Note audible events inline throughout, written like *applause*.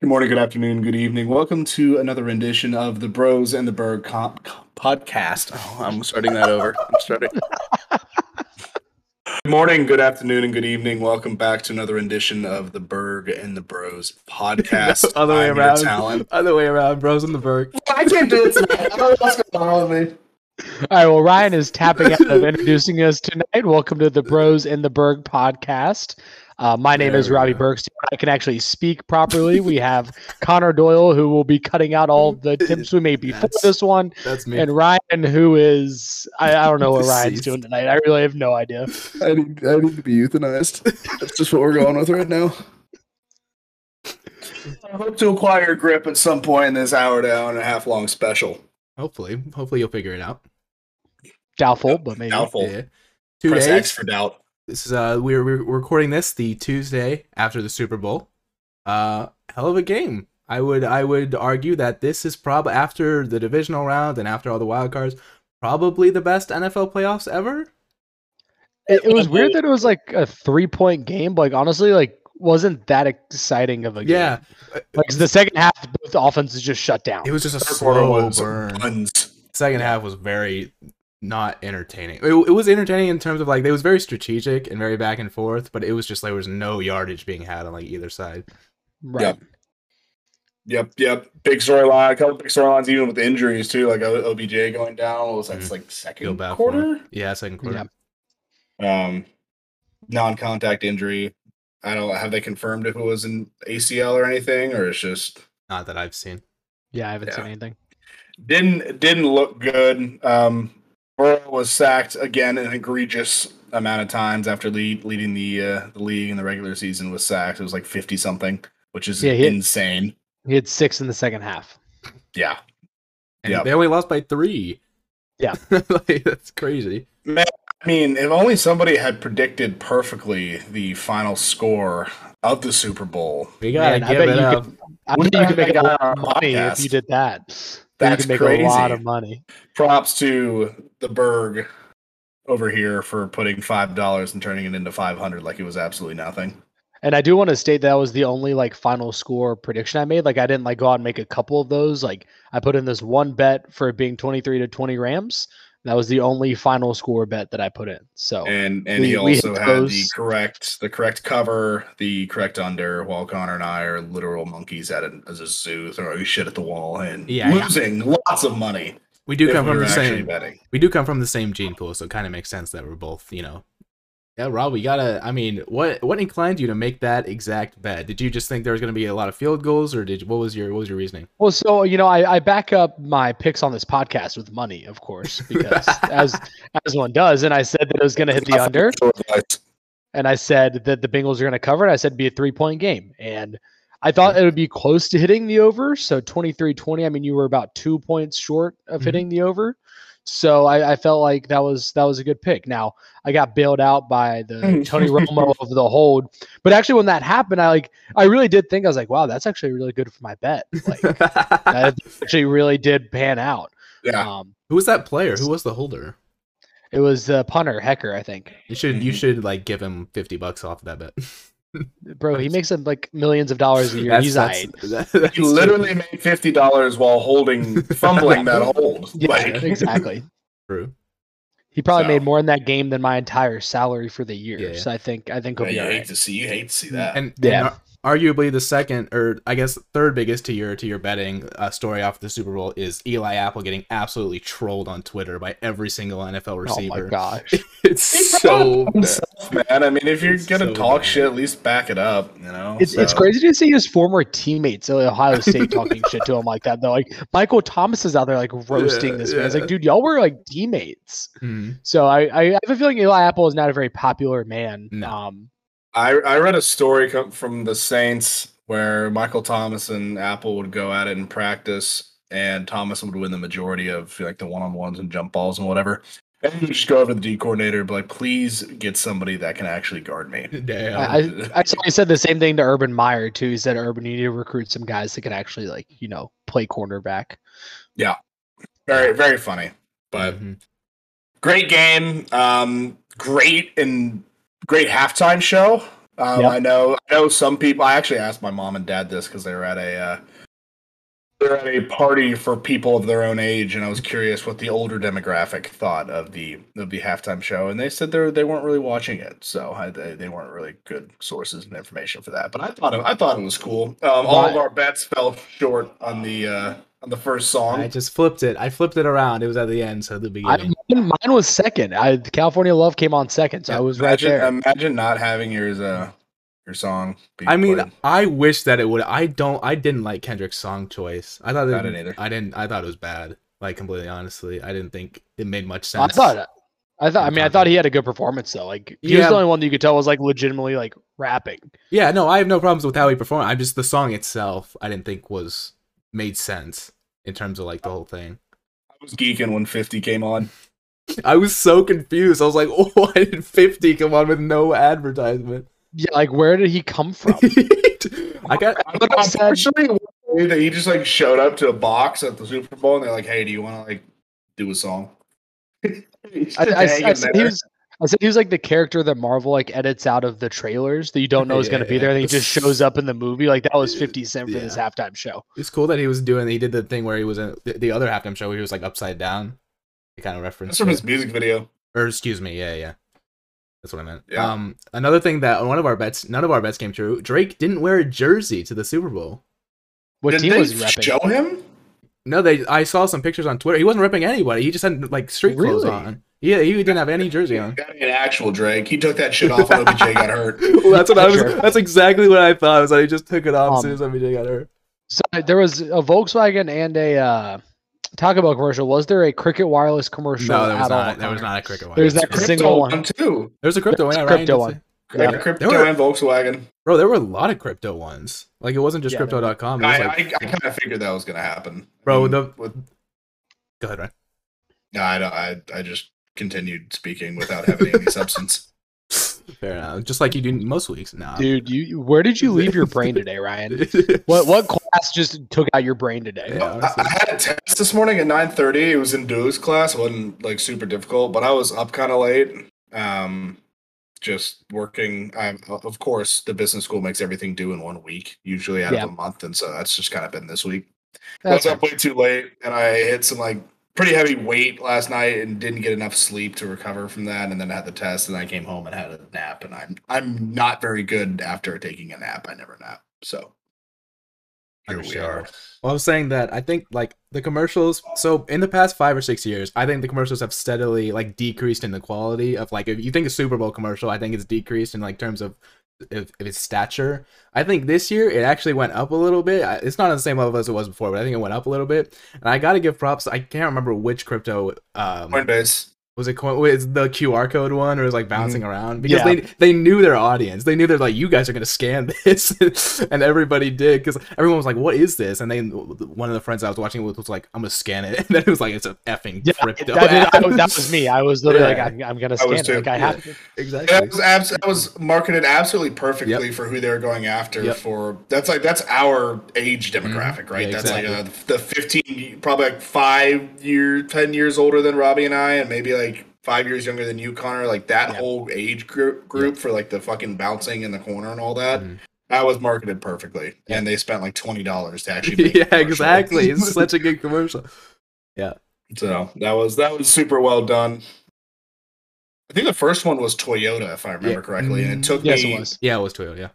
Good morning, good afternoon, good evening. Welcome to another rendition of the Bros and the Berg comp- podcast. Oh, I'm starting that over. I'm starting. good morning, good afternoon, and good evening. Welcome back to another rendition of the Berg and the Bros *laughs* podcast. Other way I'm your around. Talent. Other way around. Bros in the Berg. *laughs* I can't do it tonight. I don't know what's going on with me. All right. Well, Ryan is tapping out *laughs* of introducing us tonight. Welcome to the Bros in the Berg podcast. Uh, my name is There we Robbie go. Bergstein. I can actually speak properly. We have *laughs* Connor Doyle, who will be cutting out all *laughs* the attempts we made before That's- this one, That's me. and Ryan, who is I, I don't *laughs* know what Ryan's Deceased. doing tonight. I really have no idea. I need, I need to be euthanized. That's just what we're going with right now. I hope to acquire grip at some point in this hour to hour and a half long special. hopefully, hopefully you'll figure it out. Doubtful, but maybe. Doubtful. Yeah. Two Press days. X for doubt. This is uh, we're, we're recording this the Tuesday after the Super Bowl. Uh, hell of a game. I would I would argue that this is probably after the divisional round and after all the wild cards, probably the best NFL playoffs ever. It, it was *laughs* weird that it was like a three-point game. But like honestly, like wasn't that exciting of a game? Yeah, Like the second half, both offenses just shut down. it was just a Third quarter slow was burn. buns. second half was very not entertaining. It, it was entertaining in terms of like it was very strategic and very back and forth, but it was just like there was no yardage being had on like either side. Right. Yeah. Yep, yep. Big storyline. A couple big storylines, even with the injuries too, like O- OBJ going down. What was that? Mhm. Like Feel second bad for quarter. him. Yeah, second quarter. Yeah. Um, non-contact injury. I don't have they confirmed if it was an ACL or anything, or it's just Not that I've seen. Yeah, I haven't seen Yeah. anything. didn't didn't look good. Um, Burrow was sacked again an egregious amount of times after lead, leading the uh, the league in the regular season was sacked. It was like fifty something, which is Yeah, he- insane. He had six in the second half. Yeah, And Yeah. they only lost by three. Yeah. *laughs* like, that's crazy. I mean, if only somebody had predicted perfectly the final score of the Super Bowl. We gotta Man, I give bet it you up. I Wouldn't think you you could make have that a lot guy on of our money if podcast? you did that. You That's could make a lot crazy. of money. Props to the Berg over here for putting five dollars and turning it into five hundred like it was absolutely nothing. And I do want to state that was the only like final score prediction I made. Like I didn't like go out and make a couple of those. Like I put in this one bet for it being twenty three to twenty Rams. That was the only final score bet that I put in. So And and he We- we hit also had the those. correct the correct cover, the correct under. While Connor and I are literal monkeys at a, as a zoo throwing shit at the wall and Yeah, yeah. losing lots of money. We do if come we from were the actually same. betting. We do come from the same gene pool, so it kind of makes sense that we're both, you know. Yeah, Rob, we gotta. I mean, what what inclined you to make that exact bet? Did you just think there was gonna be a lot of field goals, or did what was your what was your *laughs* reasoning? Well, so you know, I, I back up my picks on this podcast with money, of course, *laughs* because as as one does, and I said that it was going to hit the under, and I said that the Bengals are going to cover it. I said it'd be a three point game, and I thought it would be close to hitting the over. So 23-20, I mean, you were about two points short of Mhm. hitting the over, so I, I felt like that was that was a good pick. Now I got bailed out by *laughs* the Tony Romo of the hold, but actually when that happened, I like I really did think I was like, wow, that's actually really good for my bet, *laughs* like that actually really did pan out. Yeah. Um, Who was that player? Who was the holder? it was the punter Hecker, I think. You should you Mm. Mhm. should like give him fifty bucks off that bet. Bro, he makes like millions *laughs* of dollars a year. He's that's, aight. that- that's He literally made fifty dollars while *laughs* holding fumbling that hold. Yeah, Like, *laughs* exactly. true. He probably So- made more in that game than my entire salary for the year. Yeah, yeah. So I think I think he'll be you all hate right. to see you hate to see that. And, Yeah. and ar- arguably the second or I guess third biggest to your to your betting uh, story off the Super Bowl is Eli Apple getting absolutely trolled on Twitter by every single NFL Oh my receiver. gosh. *laughs* It's so bad. man, I mean, if you're It's gonna so talk bad. shit, at least back it up. You know, It's, it's So, crazy to see his former teammates at Ohio State talking shit to him like that though. Like Michael Thomas is out there like roasting this man. It's yeah. like, dude, y'all were like teammates. Mhm. So I, I I have a feeling Eli Apple is not a very popular man. No. Um I I read a story come from the Saints where Michael Thomas and Apple would go at it in practice, and Thomas would win the majority of like the one on ones and jump balls and whatever. And he would just go over to the D coordinator, and be like, "Please get somebody that can actually guard me." Damn. I, I- I saw he said the same thing to Urban Meyer too. He said, "Urban, you need to recruit some guys that can actually like you know play cornerback." Very very funny, but Mhm. great game um great and great halftime show Um, Yep. I know. I know some people. I actually asked my mom and dad this because they were at a uh, they were at a party for people of their own age, and I was curious what the older demographic thought of the of the halftime show, and they said they they weren't really watching it, so I, they, they weren't really good sources and information for that. But I thought it, I thought it was cool. Um, all of Right. our bets fell short on the uh, on the first song. I just flipped it. I flipped it around. It was at the end, so the I, beginning. mine was second. I the California Love came on second, so I was right imagine, um, there. Imagine not having yours uh your song. Be I mean, played. I wish that it would. I don't. I didn't like Kendrick's song choice. I thought it, I didn't either. I didn't. I thought it was bad. Like completely honestly, I didn't think it made much I sense. thought, I thought. I I'm mean, I talking. thought he had a good performance though. Like he was Yeah. the only one that you could tell was like legitimately like rapping. Yeah, no, I have no problems with how he performed. I'm just the song itself. I didn't think was made sense in terms of like the whole thing. I was geeking when 50 came on. *laughs* I was so confused. I was like, *laughs* oh, why did 50 come on with no advertisement? *laughs* Yeah, like where did *laughs* he come from? I got I'm But I'm sad- Unfortunately, one day that he just like showed up to a box at the Super Bowl and they're like, "Hey, do you want to like do a song?" *laughs* He's I, just I, hanging I said he there. was. I said he was like the character that Marvel like edits out of the trailers that you don't know *laughs* is going to be there. And he just shows up in the movie. Like that was Fifty Cent for this halftime show. it's cool that he was doing. He did the thing where he was in the, the other halftime show. Where he was like upside down. He kind of referenced. That's from it. his music video. or excuse me, yeah, yeah. That's what I meant. Yeah. Um, another thing that one of our bets, none of our bets came true. Drake didn't wear a jersey to the Super Bowl. What Did team they was he repping? show him? No, they. I saw some pictures on Twitter. He wasn't ripping anybody. He just had like street clothes Really? on. Yeah, he didn't have any jersey on. Got an actual Drake. He took that shit off when OBJ got *laughs* hurt. *laughs* well, that's what I was. Sure. That's exactly what I thought. I was like, he just took it off as soon Um, as everything got hurt. So uh, there was a Volkswagen and a uh, Taco Bell commercial. Was there a Cricket Wireless commercial? No, there was at all? not. There was not a cricket one. There's There that was a- single one. too. there was a crypto one. Yeah, Crypto Ryan did one. say- Yeah. Yeah. Crypto There were- and Volkswagen. Bro, there were a lot of crypto ones. Like it wasn't just Yeah, there crypto.com. It was I, I, I like, kind of figured that was gonna happen, Bro, I mean, the- with, go ahead, Ryan. no, I don't. I, I just continued speaking without having any substance. *laughs* Fair enough. Just like you do most weeks. Nah. Dude, you where did you leave your *laughs* brain today, Ryan? *laughs* What what class just took out your brain today? *laughs* Yeah, I, I honestly. had a test this morning at nine thirty. It was in Duo's class. It wasn't like super difficult, but I was up kind of late. Um, just working. I'm of course the business school makes everything due in one week, usually out Yeah. of a month, and so that's just kind of been this week. That's I was up way too late, and I hit some like pretty heavy weight last night, and didn't get enough sleep to recover from that. And then I had the test, and I came home and had a nap. And I'm I'm not very good after taking a nap. I never nap, so here we Understandable. are. Well, I was saying that I think like the commercials. So in the past five or six years, I think the commercials have steadily like decreased in the quality of like if you think a Super Bowl commercial, I think it's decreased in like terms of if, if its stature. I think this year it actually went up a little bit. I- It's not on the same level as it was before, but I think it went up a little bit. And I gotta give props. I can't remember which crypto. Um, Coinbase. was it coin? was the QR code one, or it was like bouncing around because Mm. Yeah. they they knew their audience. They knew they're like, you guys are gonna scan this, *laughs* and everybody did because everyone was like, what is this? And then one of the friends I was watching with was like, I'm gonna scan it, *laughs* and then it was like, it's a effing Yeah, that, crypto. that- app." that was me. I was literally Yeah. like, I'm, I'm gonna I was scan it. Like, too. I Yeah. have to. Yeah, *laughs* exactly. That was, abs- that was marketed absolutely perfectly for who they were going after. Yep. Mm-hmm. For that's like that's our age demographic, right? Yeah, that's like exactly. uh, the fifteen, probably like five year, ten years older than Robbie and I, and maybe like five years younger than you, Connor. Like that Yep. whole age group, group for like the fucking bouncing in the corner and all that. Mhm. That was marketed perfecly, Yeah. and they spent like twenty dollars *laughs* to actually. Make the yeah, commercial. *laughs* exactly. *laughs* It's such a good commercial. so that was that was super well done. I think the first one was Toyota, if I remember Yeah. correctly, and it took Yes, me it was. Yeah, it was Toyota. Yeah,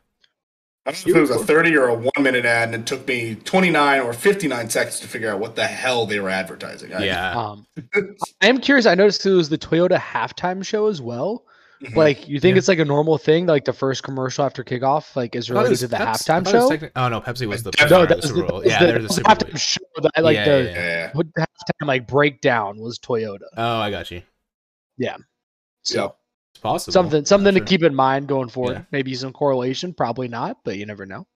I don't know if it was a 30 or a one minute ad, and it took me 29 or 59 seconds to figure out what the hell they were advertising. I- *laughs* yeah. Um, I am curious. I noticed it was the Toyota halftime show as well. Mhm. Like, you think Mm-hmm. Yeah. it's like a normal thing? Like the first commercial after kickoff, like is I thought it related was to the Peps- I halftime thought it was show. techni- oh no, Pepsi was the No, sorry, that the was Super the- Bowl. was Yeah, the- there's a the Super Bowl. halftime show that I like Yeah, the yeah, yeah. yeah. what the halftime like breakdown was Toyota. Oh, I got you. So Yep. It's possible. something something to Sure. keep in mind going forward. Yeah. Maybe some correlation, probably not, but you never know.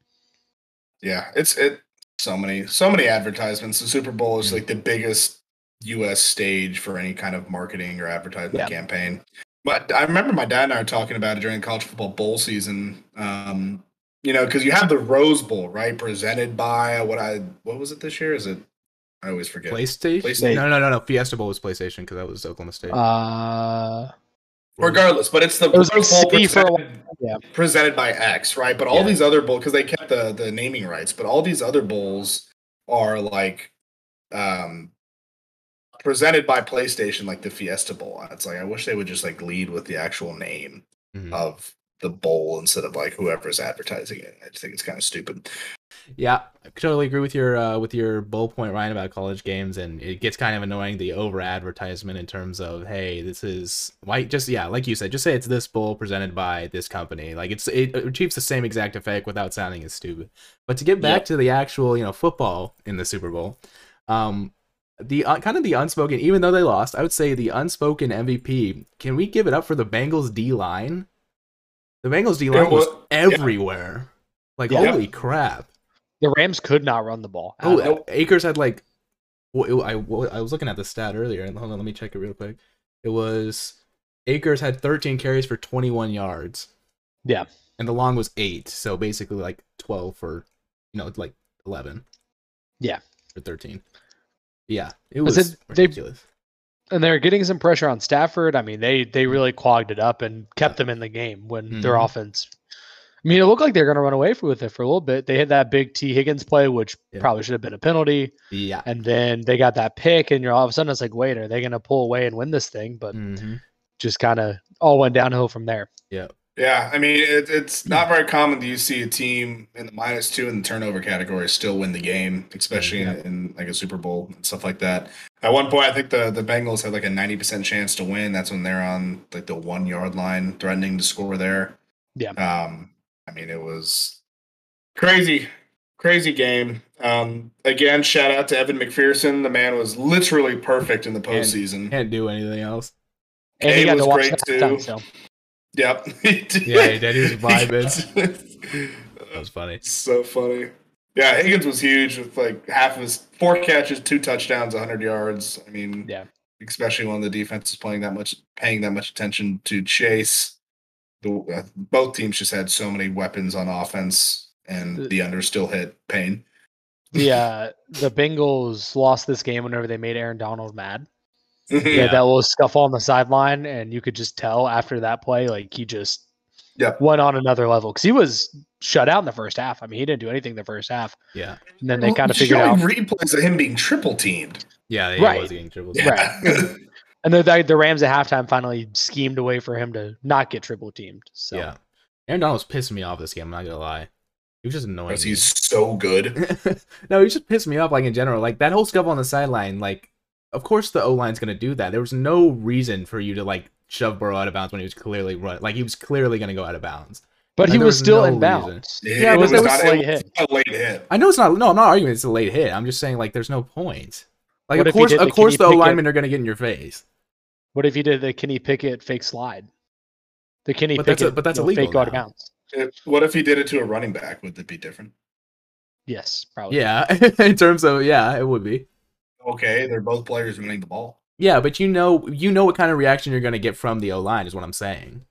Yeah. It's it. So many, so many advertisements. The Super Bowl is like the biggest U.S. stage for any kind of marketing or advertisement Yeah. campaign. But I remember my dad and I were talking about it during college football bowl season. Um, you know, because you have the Rose Bowl, right? Presented by what I what was it this year? Is it? I always forget. PlayStation? PlayStation. No, no, no, no. Fiesta Bowl was PlayStation because that was Oklahoma State. Uh Regardless, but it's the It was like full C for a while. presented, Yeah. presented by X, right? But all Yeah. these other bowls, because they kept the the naming rights, but all these other bowls are like um presented by PlayStation, like the Fiesta Bowl. It's like I wish they would just like lead with the actual name Mhm. Mm-hmm. of the bowl instead of like whoever's advertising it. I just think it's kind of stupid. Yeah, I totally agree with your uh, with your bullet point, Ryan, about college games, and it gets kind of annoying the over advertisement in terms of hey, this is why just yeah, like you said, just say it's this bowl presented by this company. Like it's it achieves the same exact effect without sounding as stupid. But to get back to the actual you know football in the Super Bowl, um, the uh, kind of the unspoken, even though they lost, I would say the unspoken MVP. Can we give it up for the Bengals D line? The Bengals D line It was, wa- everywhere. Like Yeah. holy crap. The Rams could not run the ball. at Oh, all. Acres had like, wh- I wh- I was looking at the stat earlier, and hold on, let me check it real quick. It was Acres had 13 carries for 21 yards. Yeah. and the long was eight, so basically like 12 for, you know, like 11. Yeah. or 13. Yeah, it I was said they- ridiculous. and they're getting some pressure on Stafford. I mean, they they really clogged it up and kept them in the game when their Mhm. offense. I mean, it looked like they're going to run away f- with it for a little bit. They hit that big T Higgins play, which Yeah. probably should have been a penalty, yeah. and then they got that pick, and you're all of a sudden it's like, wait, are they going to pull away and win this thing? But *laughs* Mm-hmm. just kind of all went downhill from there. Yeah, I mean it, Hmm. it's not very common that you see a team in the minus two in the turnover category still win the game, especially in, in like a Super Bowl and stuff like that. At one point, I think the the Bengals had like a ninety percent chance to win. That's when they're on like the one yard line, threatening to score there. Yeah. Um, I mean it was crazy, crazy game. Um, again, shout out to Evan McPherson. The man was literally perfect in the postseason. Can't do anything else. And Kay he got was to watch great that too. touchdown, so. Yep. *laughs* he Uh, did. Yeah, he did. He *laughs* was vibing. That He- was funny. So funny. Yeah, Higgins was huge with like half of his four catches, two touchdowns, 100 yards. I mean, Yeah. especially when the defense is playing that much, paying that much attention to chase. The uh, both teams just had so many weapons on offense, and the under still hit pain. the uh, the Bengals lost this game whenever they made Aaron Donald mad. yeah. *laughs* Yeah. that little scuffle on the sideline, and you could just tell after that play, like he just Yep. went on another level because he was shut out in the first half. I mean, he didn't do anything the first half, Yeah, and then they kind of It's figured out. showing replays of him being triple teamed. *laughs* yeah. They Right. was getting dribbles. Yeah. And the, the, the Rams at halftime finally schemed a way for him to not get triple teamed. So Yeah. Aaron Donald was pissing me off this game. I'm not gonna lie. He was just annoying. because me. he's so good. *laughs* no, he just pissed me off. Like in general, like that whole scuffle on the sideline. Like, of course the O line's gonna do that. There was no reason for you to like shove Burrow out of bounds when he was clearly run. Like he was clearly gonna go out of bounds. but And he there was, was still no in reason. bounds. Yeah, it but was, there not, was it late was hit. not a late hit. I know it's not. No, I'm not arguing. It's a late hit. I'm just saying like there's no point. Like of What if he course, did the of course Kenny the O Pickett- linemen are gonna get in your face. What if he did the Kenny Pickett fake slide? The Kenny But that's Pickett, a- but that's you know, illegal fake out of now. bounds. If- what if he did it to a running back? Would it be different? Yes, probably. Yeah, *laughs* in terms of yeah, it would be. Okay, they're both players running the ball. Yeah, but you know, you know what kind of reaction you're gonna get from the O line is what I'm saying.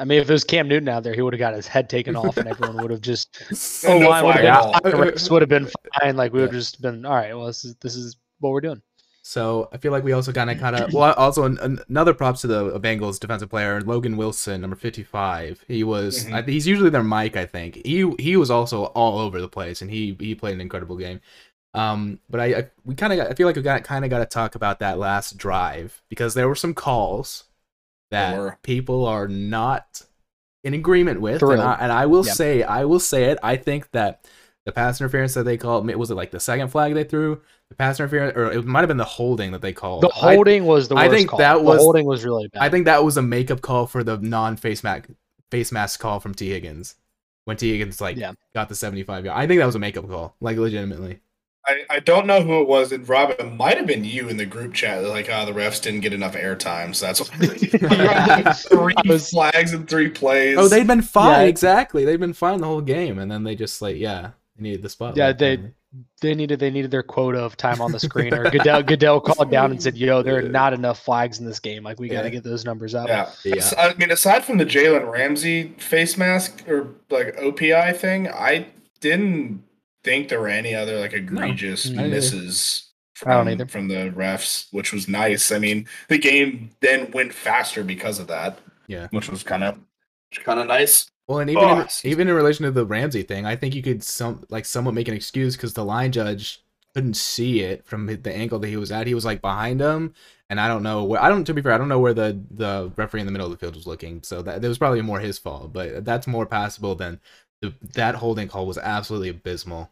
I mean, if it was Cam Newton out there, he would have got his head taken off, and everyone would have just *laughs* Oh, Oh, no line would flag at have all. been, fine, refs would have been fine. Like we would Yeah. have just been all right. Well, this is this is what we're doing. So I feel like we also kind of kind of well also an, an- another props to the uh, Bengals defensive player Logan Wilson number 55. He was Mhm. I, he's usually their mic I think. He he was also all over the place and he he played an incredible game. Um but I, I we kind of I feel like we got kind of got to talk about that last drive because there were some calls that There were. people are not in agreement with and Thrilled. I, and I will Yeah. say I will say it I think that the pass interference that they called was it like the second flag they threw the pass interference, or it might have been the holding that they called. The I- holding was the I worst. think call. that The was- holding was really bad. I, think that was a makeup call for the non-face mask face mask call from T Higgins when T Higgins like Yeah. got the seventy-five yard. I think that was a makeup call, like legitimately. I, I don't know who it was, and Rob, it might have been you in the group chat. that, Like, ah, the refs didn't get enough airtime, so that's *laughs* *laughs* why three I was- flags and three plays. Oh, they'd been fine. Yeah. Exactly, they'd been fine the whole game, and then they just like yeah, they needed the spot. Yeah, they- they needed they needed their quota of time on the screen. *laughs* Or Goodell Goodell called down and said, "Yo, there are not enough flags in this game. Like we got Yeah. to get those numbers up." yeah. yeah. I mean, aside from the Jalen Ramsey face mask or like OPI thing, I didn't think there were any other like egregious I didn't misses from, I don't either. from the refs, which was nice. I mean, the game then went faster because of that. Yeah. which was kind of kind of nice. Well, and even Oh, in, excuse even in relation to the Ramsey thing, I think you could some like somewhat make an excuse because the line judge couldn't see it from the angle that he was at. He was like behind him, and I don't know where. I don't. To be fair, I don't know where the the referee in the middle of the field was looking. So that that was probably more his fault, but that's more passable than the, that holding call was absolutely abysmal.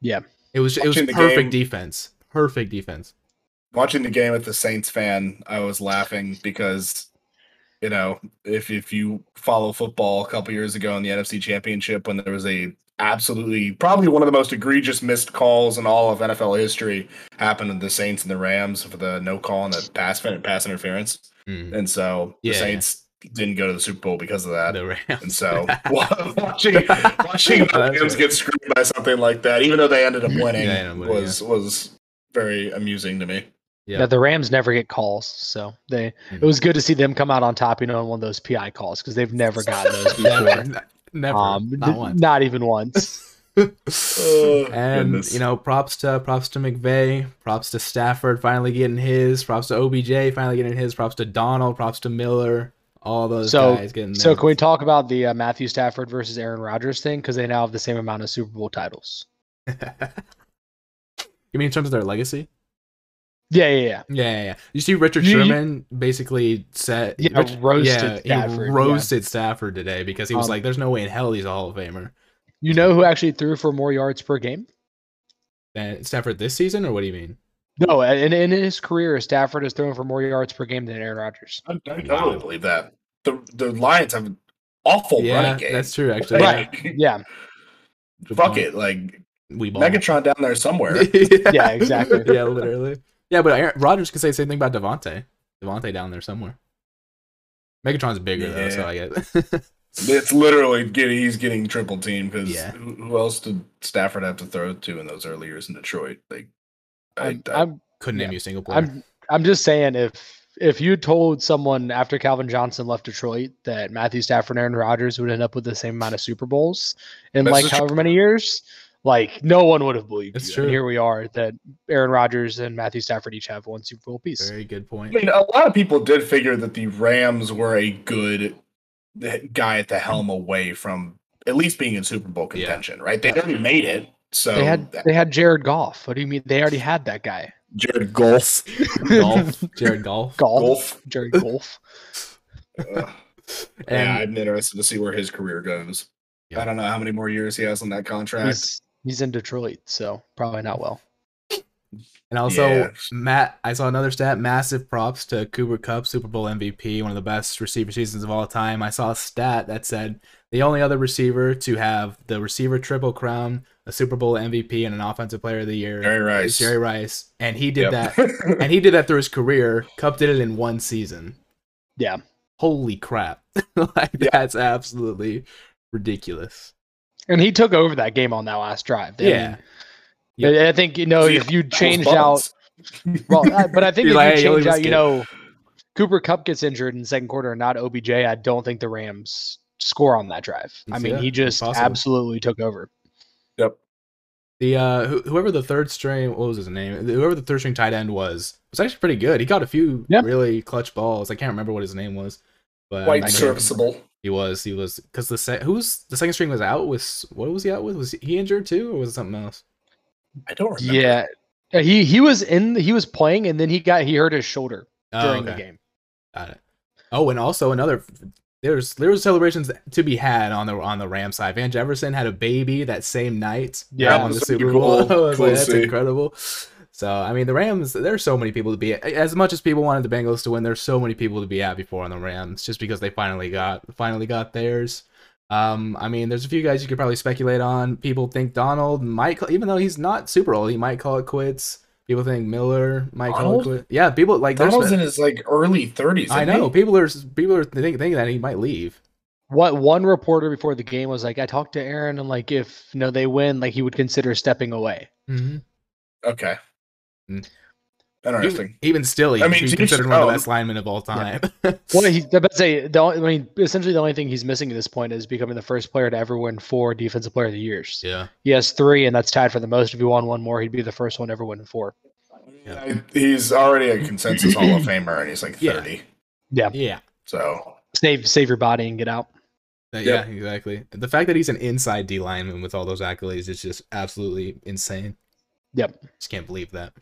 Yeah. it was it was Watching the perfect game- defense. Perfect defense. Watching the game with the Saints fan, I was laughing because you know if if you follow football a couple years ago in the NFC Championship when there was a absolutely probably one of the most egregious missed calls in all of NFL history happened to the Saints and the Rams for the no call and the pass pass interference. Mm. and so Yeah. the Saints didn't go to the Super Bowl because of that. The And Rams. so *laughs* watching *laughs* watching That's the Rams right. get screwed by something like that, even though they ended up winning, Yeah, yeah, winning, was was very amusing to me. Yeah. Now, the Rams never get calls, so they Mhm. it was good to see them come out on top, you know, on one of those PI calls because they've *laughs* never gotten those *laughs* before. *laughs* Never, never, um, not n- once. not even once. Oh, *laughs* and goodness. you know, props to props to McVay, props to Stafford finally getting his, props to OBJ finally getting his, props to Donald, props to Miller, all those So- guys getting. So, theirs. can we talk about the uh, Matthew Stafford versus Aaron Rodgers thing? Because they now have the same amount of Super Bowl titles. *laughs* you mean in terms of their legacy? Yeah, yeah, yeah. Yeah, yeah. yeah. You see, Richard You- you- Sherman basically said, Yeah, roasted Stafford, He yeah. roasted Stafford today because he was Um, like, "There's no way in hell he's a Hall of Famer." You know who actually threw for more yards per game? And Stafford this season, or what do you mean? No, and in, in his career, Stafford has thrown for more yards per game than Aaron Rodgers. I, I totally believe that the the Lions have an awful yeah, running game. that's true. Actually, Like, *laughs* Yeah, Good Fuck point. it, like We ball. Megatron down there somewhere. *laughs* *laughs* Yeah, exactly. yeah, literally. Yeah, but Aaron, Rodgers could say the same thing about Devontae. Devontae down there somewhere. Megatron's bigger though, so I guess. it's literally getting he's getting triple team because Yeah. who, who else did Stafford have to throw to in those early years in Detroit? Like, I- I'm, I- I'm, *laughs* Couldn't Yeah. name you a single player. I'm, I'm just saying if if you told someone after Calvin Johnson left Detroit that Matthew Stafford and Aaron Rodgers would end up with the same amount of Super Bowls in This like is however many years, like no one would have believed That's you. true. And here we are that Aaron Rodgers and Matthew Stafford each have one Super Bowl piece. Very good I point. *laughs* mean, a lot of people did figure that the Rams were a good guy at the helm away from at least being in Super Bowl Yeah. contention, right? They already made it. So They had they had Jared Goff. What do you mean? They already had that guy. Jared Golf. Golf, Jared Golf. Golf. Golf. *laughs* Jared Golf. Ugh. yeah, And I'm interested to see where his career goes. Yeah. I don't know how many more years he has on that contract. he's, he's in Detroit, so probably not well. and also Yeah. Matt, I saw another stat. Massive props to Cooper Cup, Super Bowl MVP, one of the best receiver seasons of all time. I saw a stat that said the only other receiver to have the receiver triple crown, a Super Bowl MVP, and an offensive player of the year. Jerry It's Rice. Jerry Rice, and he did Yep. *laughs* that, *laughs* and he did that through his career. Cup did it in one season. Yeah. Holy crap! *laughs* like Yeah. that's absolutely ridiculous. And he took over that game on that last drive. I yeah. mean, I I think you know See, if you that was changed out Bones. well, I- but I think He's if like, "Hey, you you only change out, missed you it." know, Cooper Cup gets injured in the second quarter and not OBJ. I don't think the Rams score on that drive. I It's- mean, yeah, he just impossible. absolutely took over. Yep. The uh, who- whoever the third string, what was his name? Whoever the third string tight end was was actually pretty good. He got a few Yeah. really clutch balls. I can't remember what his name was, but Quite I know serviceable. He was. He was because the se- who was the second string was out. Was what was he out with? Was he injured too, or was it something else? I don't remember. Yeah. Uh, He he was in he was playing and then he got he hurt his shoulder Oh, during okay. the game. Got it. Oh, and also another there's there was celebrations to be had on the on the Ram side. Van Jefferson had a baby that same night. Yeah, on the that's pretty Super Bowl. *laughs* cool. I was Cool like, to that's see. incredible. So I mean, the Rams. There's so many people to be as much as people wanted the Bengals to win. There's so many people to be happy for on the Rams just because they finally got finally got theirs. Um, I mean, there's a few guys you could probably speculate on. People think Donald might, call, even though he's not super old, he might call it quits. People think Miller might call it Donald? quits. Yeah, people like there's Donald's been- in his like early 30s. I isn't know he? people are people are thinking, thinking that he might leave. What one reporter before the game was like, I talked to Aaron and like if you know they win, like he would consider stepping away. Mm-hmm. Okay. Mm. Interesting. Even still, he I I mean, mean, James considered one of the Brown- best linemen of all time. *laughs* Well, he, I about say the only, I mean, essentially the only thing he's missing at this point is becoming the first player to ever win four defensive player of the years. yeah, He has three, and that's tied for the most. If he won one more, he'd be the first one to ever win four. I mean, I, he's already a consensus Hall of *clears throat* Famer, and he's like Yeah. thirty. Yeah. So Save save your body and get out. That- Yep. Yeah, exactly. The fact that he's an inside D lineman with all those accolades is just absolutely insane. Yep. Just can't believe that.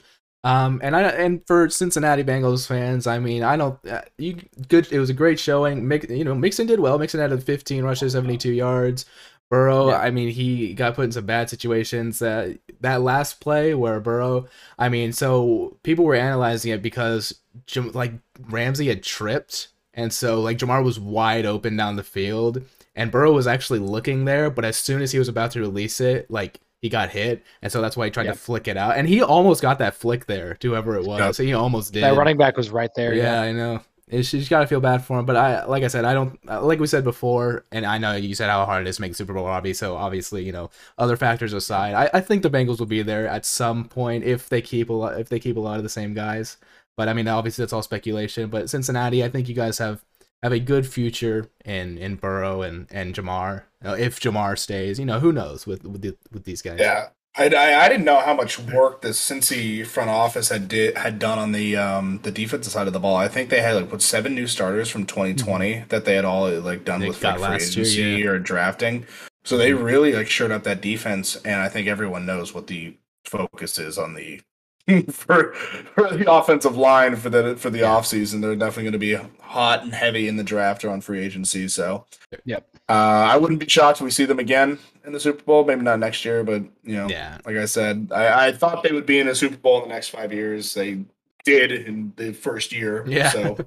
Um, and I and for Cincinnati Bengals fans, I mean, I don't. Uh, you good. It was a great showing. Mix, you know, Mixon did well. Mixon had a 15 rushes, 72 yards. Burrow, Yeah. I mean, he got put in some bad situations. That that last play where Burrow, I mean, so people were analyzing it because Jam- like Ramsey had tripped, and so like Jamar was wide open down the field, and Burrow was actually looking there, but as soon as he was about to release it, like he got hit, and so that's why he tried Yep. to flick it out, and he almost got that flick there to whoever it was. Yeah. So he almost did. That running back was right there. Yeah, I know. It's, she's got to feel bad for him, but I, like I said, I don't uh, like we said before, and I know you said how hard it is to make the Super Bowl lobby. So obviously, you know, other factors aside, I, I think the Bengals will be there at some point if they keep a lot, if they keep a lot of the same guys. But I mean, obviously, that's all speculation. But Cincinnati, I think you guys have have a good future in in Burrow and and Jamar. Uh, if Jamar stays, you know, who knows with with, the, with these guys. yeah, I, I I didn't know how much work the Cincy front office had did had done on the um the defensive side of the ball. I think they had like what seven new starters from 2020 that they had all like done Mm-hmm. They with got like, free last year, agency yeah. Mm-hmm. or drafting. So they really like shored up that defense, and I think everyone knows what the focus is on the. *laughs* for, for the offensive line for the for the Yeah. offseason they're definitely going to be hot and heavy in the draft or on free agency so Yep. Uh, I wouldn't be shocked if we see them again in the Super Bowl. Maybe not next year, but you know, yeah. like I said, I, I thought they would be in a Super Bowl in the next five years. They did in the first year. Yeah. *laughs* So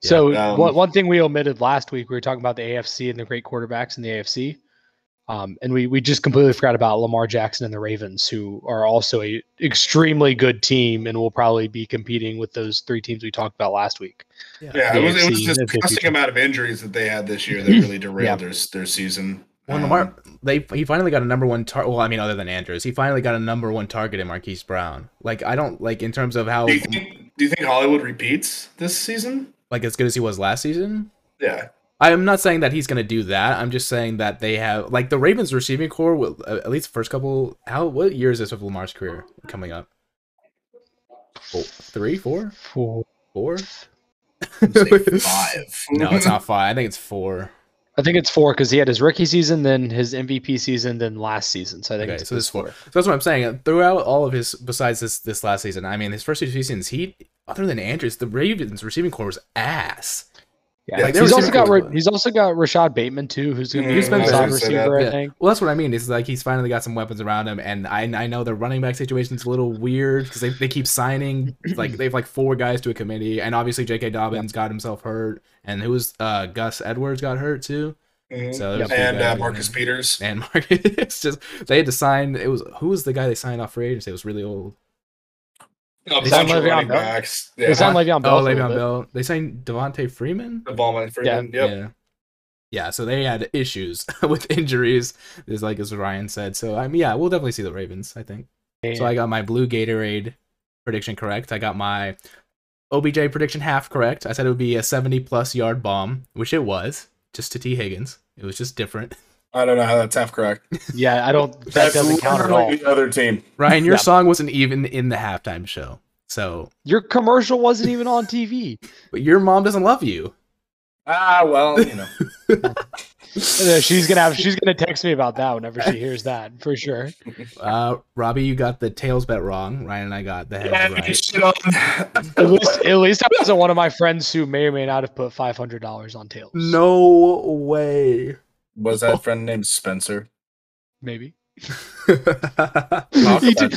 So Yeah. one, Um, one thing we omitted last week, we were talking about the AFC and the great quarterbacks in the AFC, um, and we we just completely forgot about Lamar Jackson and the Ravens, who are also a extremely good team and will probably be competing with those three teams we talked about last week. yeah, it was, it was AFC, just that's a disgusting future. amount of injuries that they had this year that *clears throat* really derailed Yeah. their their season. Well, Um, Lamar, they he finally got a number one target. Well, I mean, other than Andrews, he finally got a number one target in Marquise Brown. Like, I don't like in terms *laughs* of how do you think do you think Hollywood repeats this season? like as good as he was last season. *laughs* Yeah, I am not saying that he's gonna do that. I'm just saying that they have like the Ravens receiving core. Will, uh, at least first couple. How what year is this of Lamar's career coming up? Four, three, four, Four. *laughs* four? I'd say five. No, it's not five. I think it's four. I think it's four because he had his rookie season, then his MVP season, then last season. So I think Okay, it's so this is four. So that's what I'm saying. Throughout all of his, besides this this last season, I mean, his first two seasons, he other than Andrews, the Ravens receiving core was ass. Yeah, Yeah, like, he's there also was- got Ra- he's also got Rashad Bateman too, who's going to be Mm, his I was wide gonna say that. receiver, I Yeah. think. Well, that's what I mean. Is like he's finally got some weapons around him, and I I know the running back situation is a little weird because they, they keep signing like they've like four guys to a committee, and obviously J.K. Dobbins got himself hurt, and who was uh Gus Edwards got hurt too. Mhm. So there's a few and uh, guys. Marcus Peters. and Marcus. *laughs* It's just they had to sign. It was who was the guy they signed off free agency? It was really old. A They bunch signed of Le'Veon Oh, running Bell. backs. They signed Yeah, Le'Veon Bell. Oh, for a little Le'Veon bit. Bell. They signed Devontae Freeman. the ball Freeman. Yep. Yeah. Yeah, so they had issues *laughs* with injuries, is like as Ryan said. So I mean, yeah, we'll definitely see the Ravens. I think. So I got my blue Gatorade prediction correct. I got my OBJ prediction half correct. I said it would be a seventy-plus yard bomb, which it was, just to T Higgins. It was just different. *laughs* I don't know how that's half correct. Yeah, I don't. That doesn't count at literally all. The other team. Ryan, your Yeah. song wasn't even in the halftime show, so Your commercial wasn't even on TV. but your mom doesn't love you. Ah, well, you *laughs* know. Uh, She's gonna have. She's gonna text me about that whenever she hears that for sure. Uh, Robbie, you got the tails bet wrong. Ryan and I got the heads right. At least, at least I wasn't one of my friends who may or may not have put five hundred dollars on tails. No *laughs* way. *laughs* Was that friend named *laughs* Spencer? maybe. Talk *laughs* He about, did-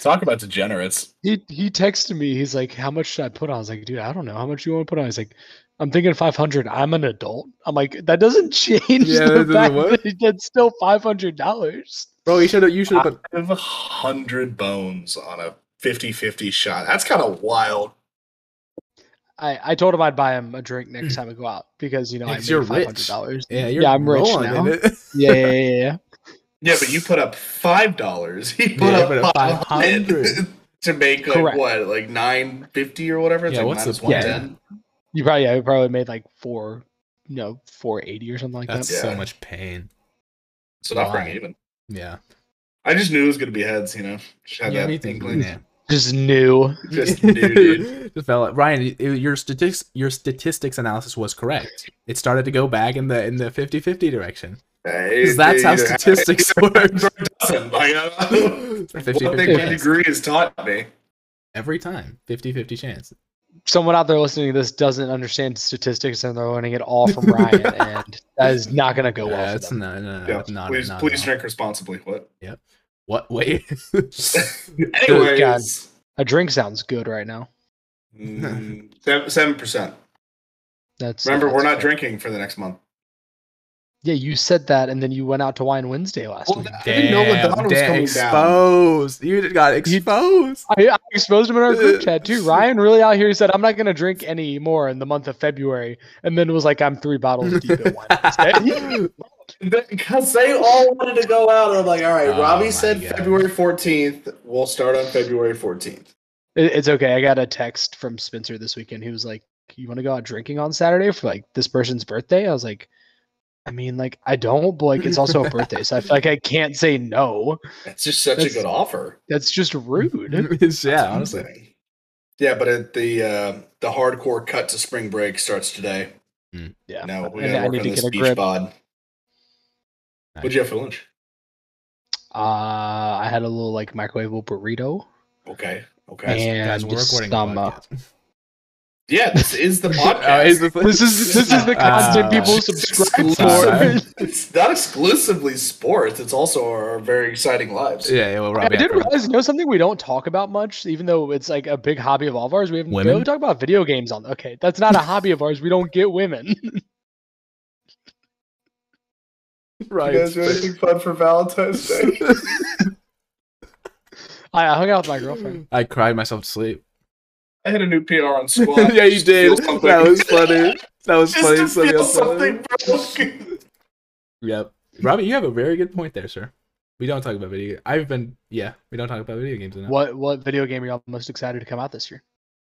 talk about degenerates. he he texted me. He's like, "How much should I put on?" I was like, "Dude, I don't know. How much you want to put on?" He's like, "I'm thinking 500. I'm an adult." I'm like, "That doesn't *laughs* change Yeah, that doesn't the fact what? that he did still 500 dollars." Bro, you should have. You should have. put I have a hundred bones on a 50-50 shot. That's kind of wild. I I told him I'd buy him a drink next time I go out because you know Yeah, I 'cause made you're five rich. hundred dollars. Yeah, you're I'm rich *laughs* rolling now. in it. Yeah, yeah, yeah, yeah. Yeah, but you put up five dollars. *laughs* He put *laughs* Yeah, up, but a 500 500. *laughs* to make like Correct. what, like nine fifty or whatever. It's Yeah, like what's the minus point? Yeah. 110. You probably yeah, you probably made like four, you know, four eighty or something *laughs* like That's that. Yeah. so much pain. So not Why? very even. Yeah. I just knew it was gonna be heads. You know, just had yeah, that me too. inkling. *laughs* Yeah. Just new. *laughs* Just new, *laughs* dude. Just fell out. Ryan, it- it- your statistics your statistics analysis was correct. It started to go back in the in the 50-50 direction. 'Cause that's *laughs* how statistics work. Doesn't, like, uh, *laughs* one thing 50-50 my chance. degree has taught me. Every time. 50-50 chance. Someone out there listening to this doesn't understand statistics and they're learning it all *laughs* from Ryan, and that is not going to go well. Yeah, for it's them. no, Uh, no, no, Yeah, not, please, not, please not. drink responsibly. What? What? Wait. *laughs* *laughs* Anyways, mm, A drink sounds good right now. seven percent. That's Remember, that's we're not fair. drinking for the next month. Yeah, you said that, and then you went out to Wine Wednesday last Well, week. I didn't know Damn, Madonna was damn, coming down. exposed. You got exposed. I, I exposed him in our uh, group chat too. Ryan really out here said, "I'm not going to drink any more in the month of February," and then was like, "I'm three bottles deep *laughs* at wine." *laughs* Wednesday." Because they all wanted to go out, and I'm like, all right. Oh my Robbie said God. February 14th. We'll start on February 14th. *laughs* It- it's okay. I got a text from Spencer this weekend. He was like, "You want to go out drinking on Saturday for like this person's birthday?" I was like, "I mean, like I don't, but like it's also a birthday, so I feel like I can't say no. It's just such That's- a good offer. That's just Mm-hmm. *laughs* rude." yeah, That's honestly. amazing. Mm-hmm. Yeah, but it, the uh, the hardcore cut to spring break starts today. Mm, Yeah. No, we And gotta I work need on to this get a beach grip. bod. Nice. What'd you have for lunch? Uh, I had a little like microwavable burrito. Okay. Okay. Nice. Guys, And we're recording some, a uh, podcast. yeah, this is the *laughs* Oh, is podcast. this- *laughs* This is this is the content Uh, people subscribe *laughs* sorry. for. it's not exclusively sports. It's also our very exciting lives. Yeah, yeah, well, I Robbie, did after- realize, you know, something we don't talk about much, even though it's like a big hobby of all of ours. We haven't we Women? don't talk about video games on. Okay, that's not a hobby of ours. We don't get women. *laughs* You Right. guys do anything fun for Valentine's *laughs* Day? I, I hung out with *laughs* my girlfriend. I cried myself to sleep. *laughs* I hit a new PR on squad. yeah, you Just to did. feel something. That *laughs* was funny. That was Just funny. to something feel else. something, bro. Yep. Robbie, you have a very good point there, sir. We don't talk about video. I've been. Yeah, we don't talk about video games enough. What what video game are y'all most excited to come out this year?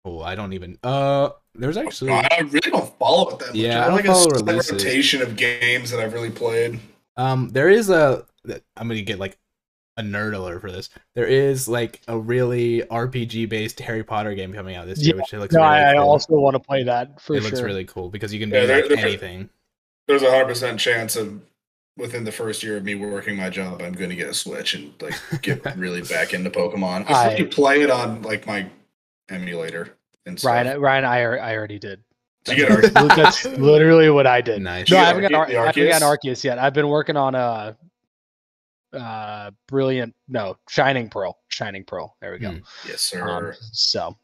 Oh, I don't even. Uh, there's actually. I really don't follow it that much. Yeah, I I don't like follow a slight releases. rotation of games that I've really played. Um, there is a. th- I'm gonna get like a nerd alert for this. There is like a really RPG based Harry Potter game coming out this year, Yeah, which it looks No, really I, I cool. also want to play that for it sure. looks really cool because you can be Yeah, they're- like they're- anything. There's a hundred percent chance of within the first year of me working my job, I'm going to get a Switch and like get *laughs* really back into Pokemon. I I- already play it on like my emulator. And stuff. Ryan, Ryan, I, al- I already did. Did you get Arceus? That's literally what I did. Nice. No, You I got haven't Arceus- got Ar- the I haven't gotten Arceus? Arceus yet. I've been working on a uh brilliant no shining pearl shining pearl there we go Hmm. yes, um, sir. so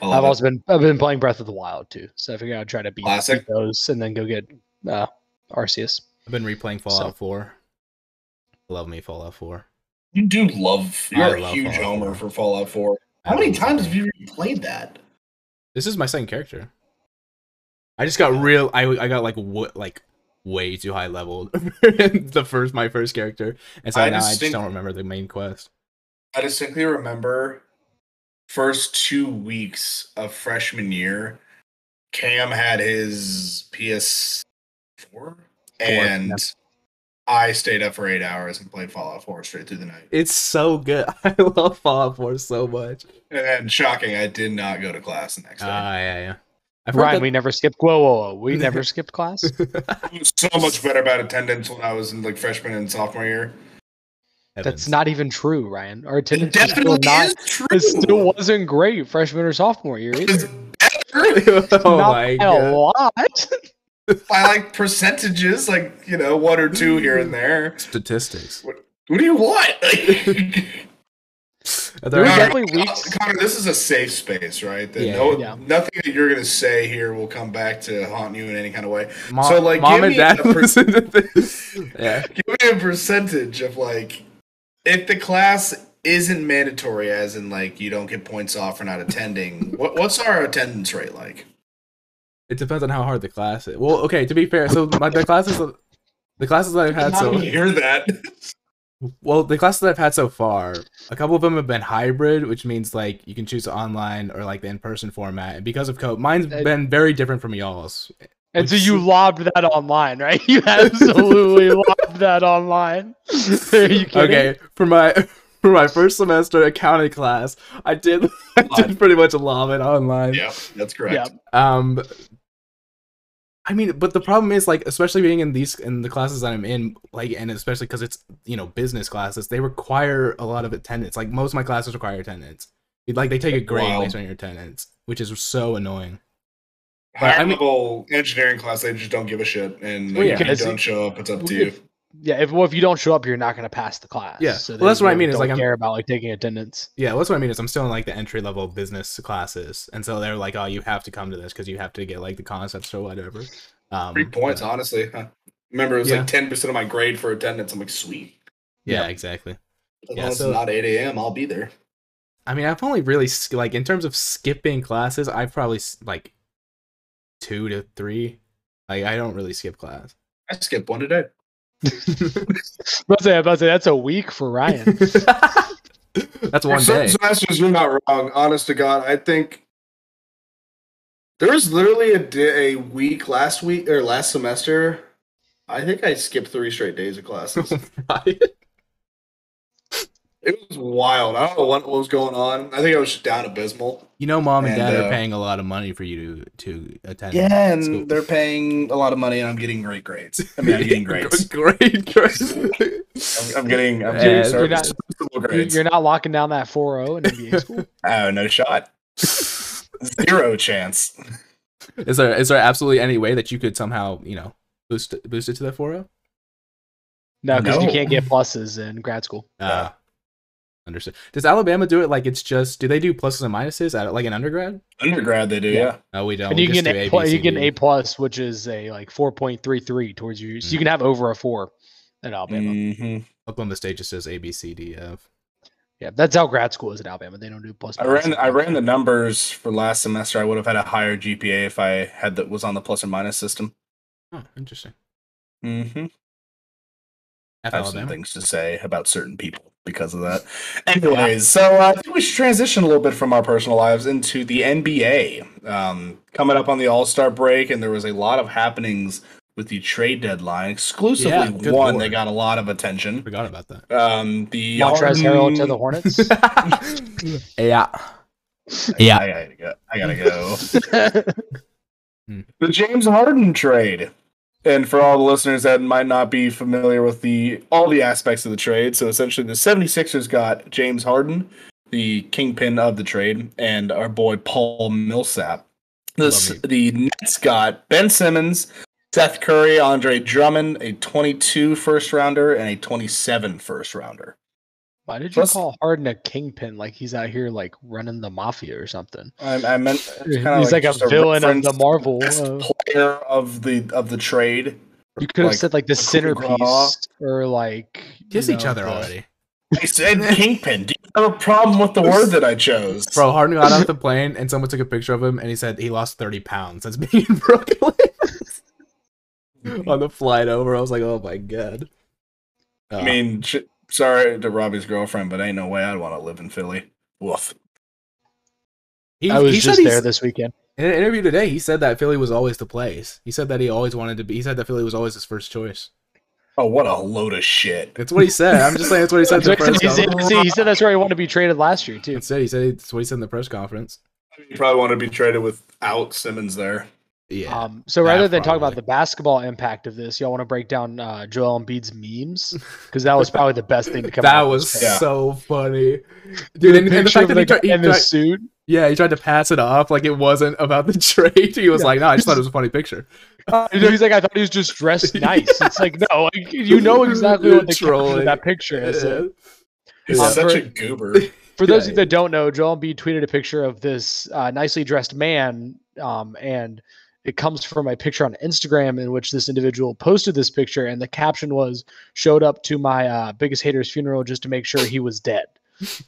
Follow i've it. also been i've been playing breath of the wild too so i figured i'd try to beat, Classic. beat those and then go get uh arceus I've been replaying So- Fallout 4. Love me Fallout 4. you do love. I You're a love huge Fallout homer 4. for Fallout 4. I How many love times have Fallout. you played that? Um, This is my second character. I just got real. I I got like w- like way too high leveled *laughs* the first my first character, and so I now I just just think- don't remember the main quest. I distinctly remember first two weeks of freshman year, Cam had his PS4, and yeah. I stayed up for eight hours and played Fallout 4 straight through the night. It's so good. *laughs* I love Fallout 4 so much. And then, shocking, I did not go to class the next Ah, day. Uh, yeah, yeah. I've heard ryan that- we never skipped whoa whoa whoa we never skipped class I was so much better about attendance when I was in like freshman and sophomore year. Heavens. that's not even true ryan our It attendance is still definitely not is true. it still wasn't great freshman or sophomore year either. It's better *laughs* oh Not my by god. a lot *laughs* by like percentages, like you know, one or two here *laughs* and there. Statistics. What do you want? *laughs* Are there there were Alright. any- definitely Con- weeks Connor, this is a safe space, right? That Yeah. no, Yeah. nothing that you're gonna say here will come back to haunt you in any kind of way. Mo- so, like, mom give and me dad a per- listen to this. *laughs* Yeah. Give me a percentage of like, if the class isn't mandatory, as in like you don't get points off for not attending. *laughs* what, what's our attendance rate like? It depends on how hard the class is. Well, okay, to be fair, so my, the classes the classes that I've had I don't so hear that. *laughs* well, the classes that I've had so far, a couple of them have been hybrid, which means like you can choose online or like the in-person format. And because of COVID, mine's Uh, been very different from y'all's. And so Which- you lobbed that online, right? *laughs* *laughs* You absolutely lobbed that online. *laughs* Are you kidding? Okay, for my *laughs* for my first semester accounting class, I did *laughs* I did pretty much a lot of it online. Yeah, that's correct. Um, I mean, but the problem is like, especially being in these in the classes that I'm in, like, and especially because it's you know business classes, they require a lot of attendance. Like most of my classes require attendance. Like they take a grade Wow. based on your attendance, which is so annoying. Higher I mean- Oh, level engineering class, they just don't give a shit, and Well, like, yeah. if you don't show up, it's up to you. Yeah, if well, if you don't show up, you're not going to pass the class. Yeah, so well, they that's what I mean, is, Don't like, I'm- care about like taking attendance. *laughs* Yeah, that's what I mean. Is I'm still in like the entry level business classes, and so they're like, oh, you have to come to this because you have to get like the concepts or whatever. Um, Three points, but- honestly. Huh. Remember, it was Yeah. like ten percent of my grade for attendance. I'm like, sweet. Yeah, exactly. As Yeah, long as so- it's not 8 a.m., I'll be there. I mean, I've only really sk- like in terms of skipping classes, I've probably s- like two to three. Like I don't really skip class. I skipped one today. I'm about to say, I'm about to say that's a *laughs* week for Ryan. That's one some day. semesters, you're not wrong. Honest to God, I think there was literally a day, a week last week or last semester. I think I skipped three straight days of *laughs* classes. Right? it was wild. I don't know what was going on. I think I was just down abysmal. you know, mom and, And, dad are uh, paying a lot of money for you to to attend. Yeah, and school. *laughs* they're paying a lot of money, and I'm getting great grades. I mean, I'm getting *laughs* grades. great, grades. I'm, I'm getting. I'm Yeah, getting you're service- not- serviceable You're, grades. you're not locking down that 4-0 *laughs* in NBA school. Oh, no shot. Zero chance. Is there is there absolutely any way that you could somehow you know boost boost it to that four oh? zero? No, because you No. can't get pluses in grad school. Uh, understood. Does Alabama do it like it's just? Do they do pluses and minuses at like an undergrad? Undergrad, they do. Yeah. No, Uh, we don't. and We you can just get an do A, A, plu- B, you C, get an D. A plus, which is a like 4.33 towards you. Mm. So you can have over a four in Alabama. Mm-hmm. Oklahoma State just says A B C D F. Yeah, that's how grad school is in Alabama. They don't do plus. I minus. ran I ran the numbers for last semester. I would have had a higher GPA if I had that was on the plus or minus system. Oh, interesting. Mm-hmm. F I have some Alabama. things to say about certain people because of that. Anyways, so uh, I think we should transition a little bit from our personal lives into the NBA. Um, coming up on the All Star break, and there was a lot of happenings with the trade deadline. Exclusively Yeah, good one lord. that got a lot of attention. Forgot about that. Um, the Montrezl Harrell to Harden- the Hornets. *laughs* yeah. Yeah, Yeah. I gotta go. I gotta go. yeah, the James Harden trade. And for all the listeners that might not be familiar with the all the aspects of the trade, so essentially the 76ers got James Harden, the kingpin of the trade, and our boy Paul Millsap. This, Love the Nets got Ben Simmons, Seth Curry, Andre Drummond, a 22 first rounder, and a 27 first rounder. Why did you Plus- call Harden a kingpin? Like he's out here like running the mafia or something. I, I meant it's kinda He's like, just a villain of reference the to *laughs* Marvel. best uh, player of the of the trade. you could have like, said like the Kuzma. centerpiece or like Kiss you each know, other the- already. I said kingpin. Do you have a problem with the word that I chose? Bro, Harden got off the plane and someone took a picture of him and he said he lost 30 pounds since *laughs* being in Brooklyn *laughs* on the flight over. I was like, oh my god. I Uh, mean, sh- sorry to Robbie's girlfriend, but ain't no way I'd want to live in Philly. Woof. he, I was he said just he's- there *laughs* this weekend. in an interview today, he said that Philly was always the place. He said that he always wanted to be. He said that Philly was always his first choice. Oh, what a load of shit. That's what he said. I'm just saying that's what he said. in the press *laughs* He said, conference. see, he said that's where he wanted to be traded last year too. That's it. He said that's what he said in the press conference. You probably want to be traded without Simmons there. Yeah. Um, so Yeah, rather than talk about probably. the basketball impact of this, y'all want to break down uh, Joel *laughs* Embiid's memes because that was probably the best thing to come. that out of was this. Yeah. so funny, dude. And, and the Picture fact that of he the guy tried, he in the tried- suit. yeah, he tried to pass it off like it wasn't about the *laughs* trade. He was Yeah. like, "No, I just thought it *laughs* was a funny picture." You know, he's like, I thought he was just *laughs* dressed nice. It's like, no, like, you know exactly what the caption Trolling. of that picture is. Yeah. *laughs* He's Yeah. such a goober. For those Yeah, that don't know, Joel Embiid tweeted a picture of this uh, nicely dressed man, um, and it comes from a picture on Instagram in which this individual posted this picture, and the caption was "Showed up to my uh, biggest hater's funeral just to make sure he was dead."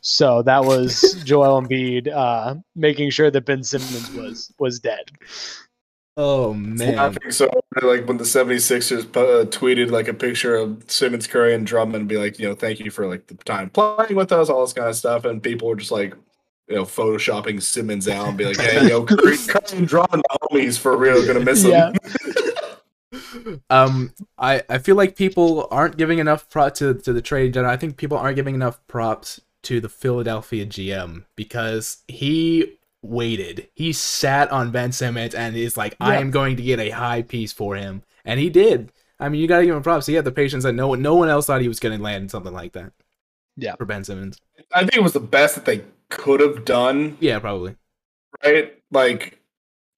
So *laughs* that was Joel Embiid uh, making sure that Ben Simmons was was dead. Oh I man, think so. Like when the 76ers po- uh, tweeted like a picture of Simmons, Curry, and Drummond, and be like, you know, thank you for like the time playing with us, all this kind of stuff, and people were just like, you know, photoshopping Simmons out and be like, hey, yo, Curry, Curry and Drummond, my homies, for real, gonna miss him. Yeah. um, I, I feel like people aren't giving enough prop to, to the trade in general. I think people aren't giving enough props to the Philadelphia GM because he waited. He sat on Ben Simmons and is like, I Yeah. am going to get a high piece for him. And he did. I mean, you got to give him props. He had the patience that no one, no one else thought he was going to land something like that. Yeah. For Ben Simmons. I think it was the best that they could have done, Yeah, probably. right? Like,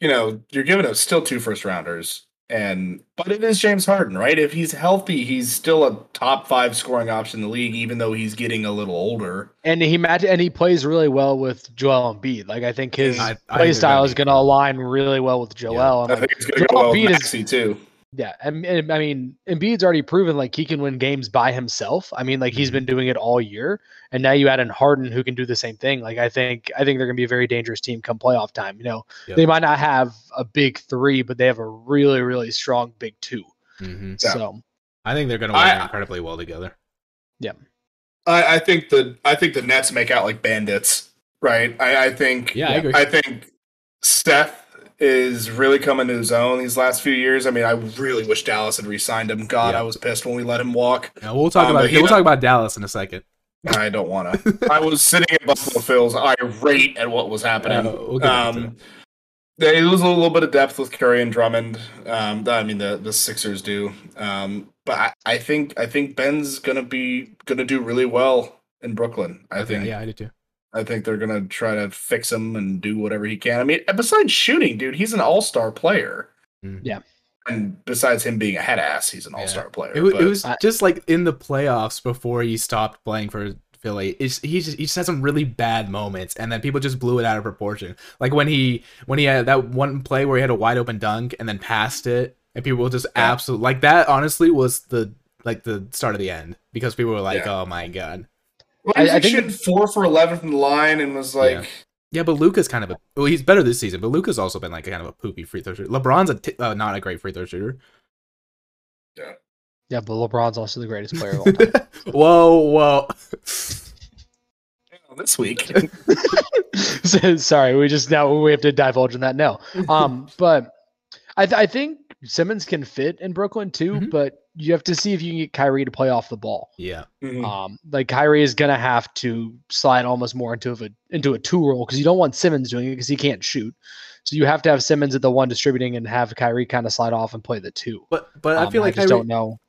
you know, you're giving up still two first rounders, and but it is James Harden, right? If he's healthy, he's still a top five scoring option in the league, even though he's getting a little older. and he match and he plays really well with Joel Embiid. Like I think his I- I play agree style with is you. going to align really well with Joel. And I like, think it's going to go Joel well with Embiid is- Maxey too. Yeah, and, and I mean, Embiid's already proven like he can win games by himself. I mean, like he's Mm-hmm. been doing it all year, and now you add in Harden who can do the same thing. Like I think, I think they're going to be a very dangerous team come playoff time. You know, Yep. they might not have a big three, but they have a really, really strong big two. hmm Yeah. So I think they're going to I- work incredibly well together. I, I think the I think the Nets make out like bandits, right? I, I think Yeah, I agree. I think Steph is really coming to his own these last few years. I mean, I really wish Dallas had re-signed him. God, Yeah. I was pissed when we let him walk. Yeah, we'll talk Um, about but he we'll don't- talk about Dallas in a second. I don't *laughs* want to. I was sitting at Buffalo Phil's irate at what was happening. Uh, we'll get back to Oh, um, they lose a little bit of depth with Curry and Drummond. Um, I mean, the the Sixers do. Um, but I, I think I think Ben's gonna be gonna do really well in Brooklyn. I that. think. yeah, I do too. I think they're gonna try to fix him and do whatever he can. I mean, and besides shooting, dude, he's an all star player. Mhm. Yeah. And besides him being a head ass, he's an all star player. It, wa- but it was I- just like in the playoffs before he stopped playing for Philly. It's, he just he just had some really bad moments, and then people just blew it out of proportion. Like when he when he had that one play where he had a wide open dunk and then passed it, and people were just Yeah. absolutely like that. Honestly, was the like the start of the end because people were like, "Oh my god." Well, he was I- I like think shooting four for eleven from the line and was like, Yeah, but Luca's kind of a well, he's better this season, but Luca's also been like kind of a poopy free throw shooter. LeBron's a t- uh, not a great free throw *laughs* shooter. yeah, but LeBron's also the greatest player *laughs* of all time. whoa, whoa. *laughs* "Oh, this week. *laughs* So- Sorry, we just now we have to divulge in that. No, *laughs* um, but I, th- I think Simmons can fit in Brooklyn too, Mhm. but you have to see if you can get Kyrie to play off the ball. yeah, Mhm. Um, like Kyrie is gonna have to slide almost more into a into a two role because you don't want Simmons doing it because he can't shoot. So you have to have Simmons at the one distributing and have Kyrie kind of slide off and play the two. but but I Um, feel like I just Kyrie- *laughs* don't know.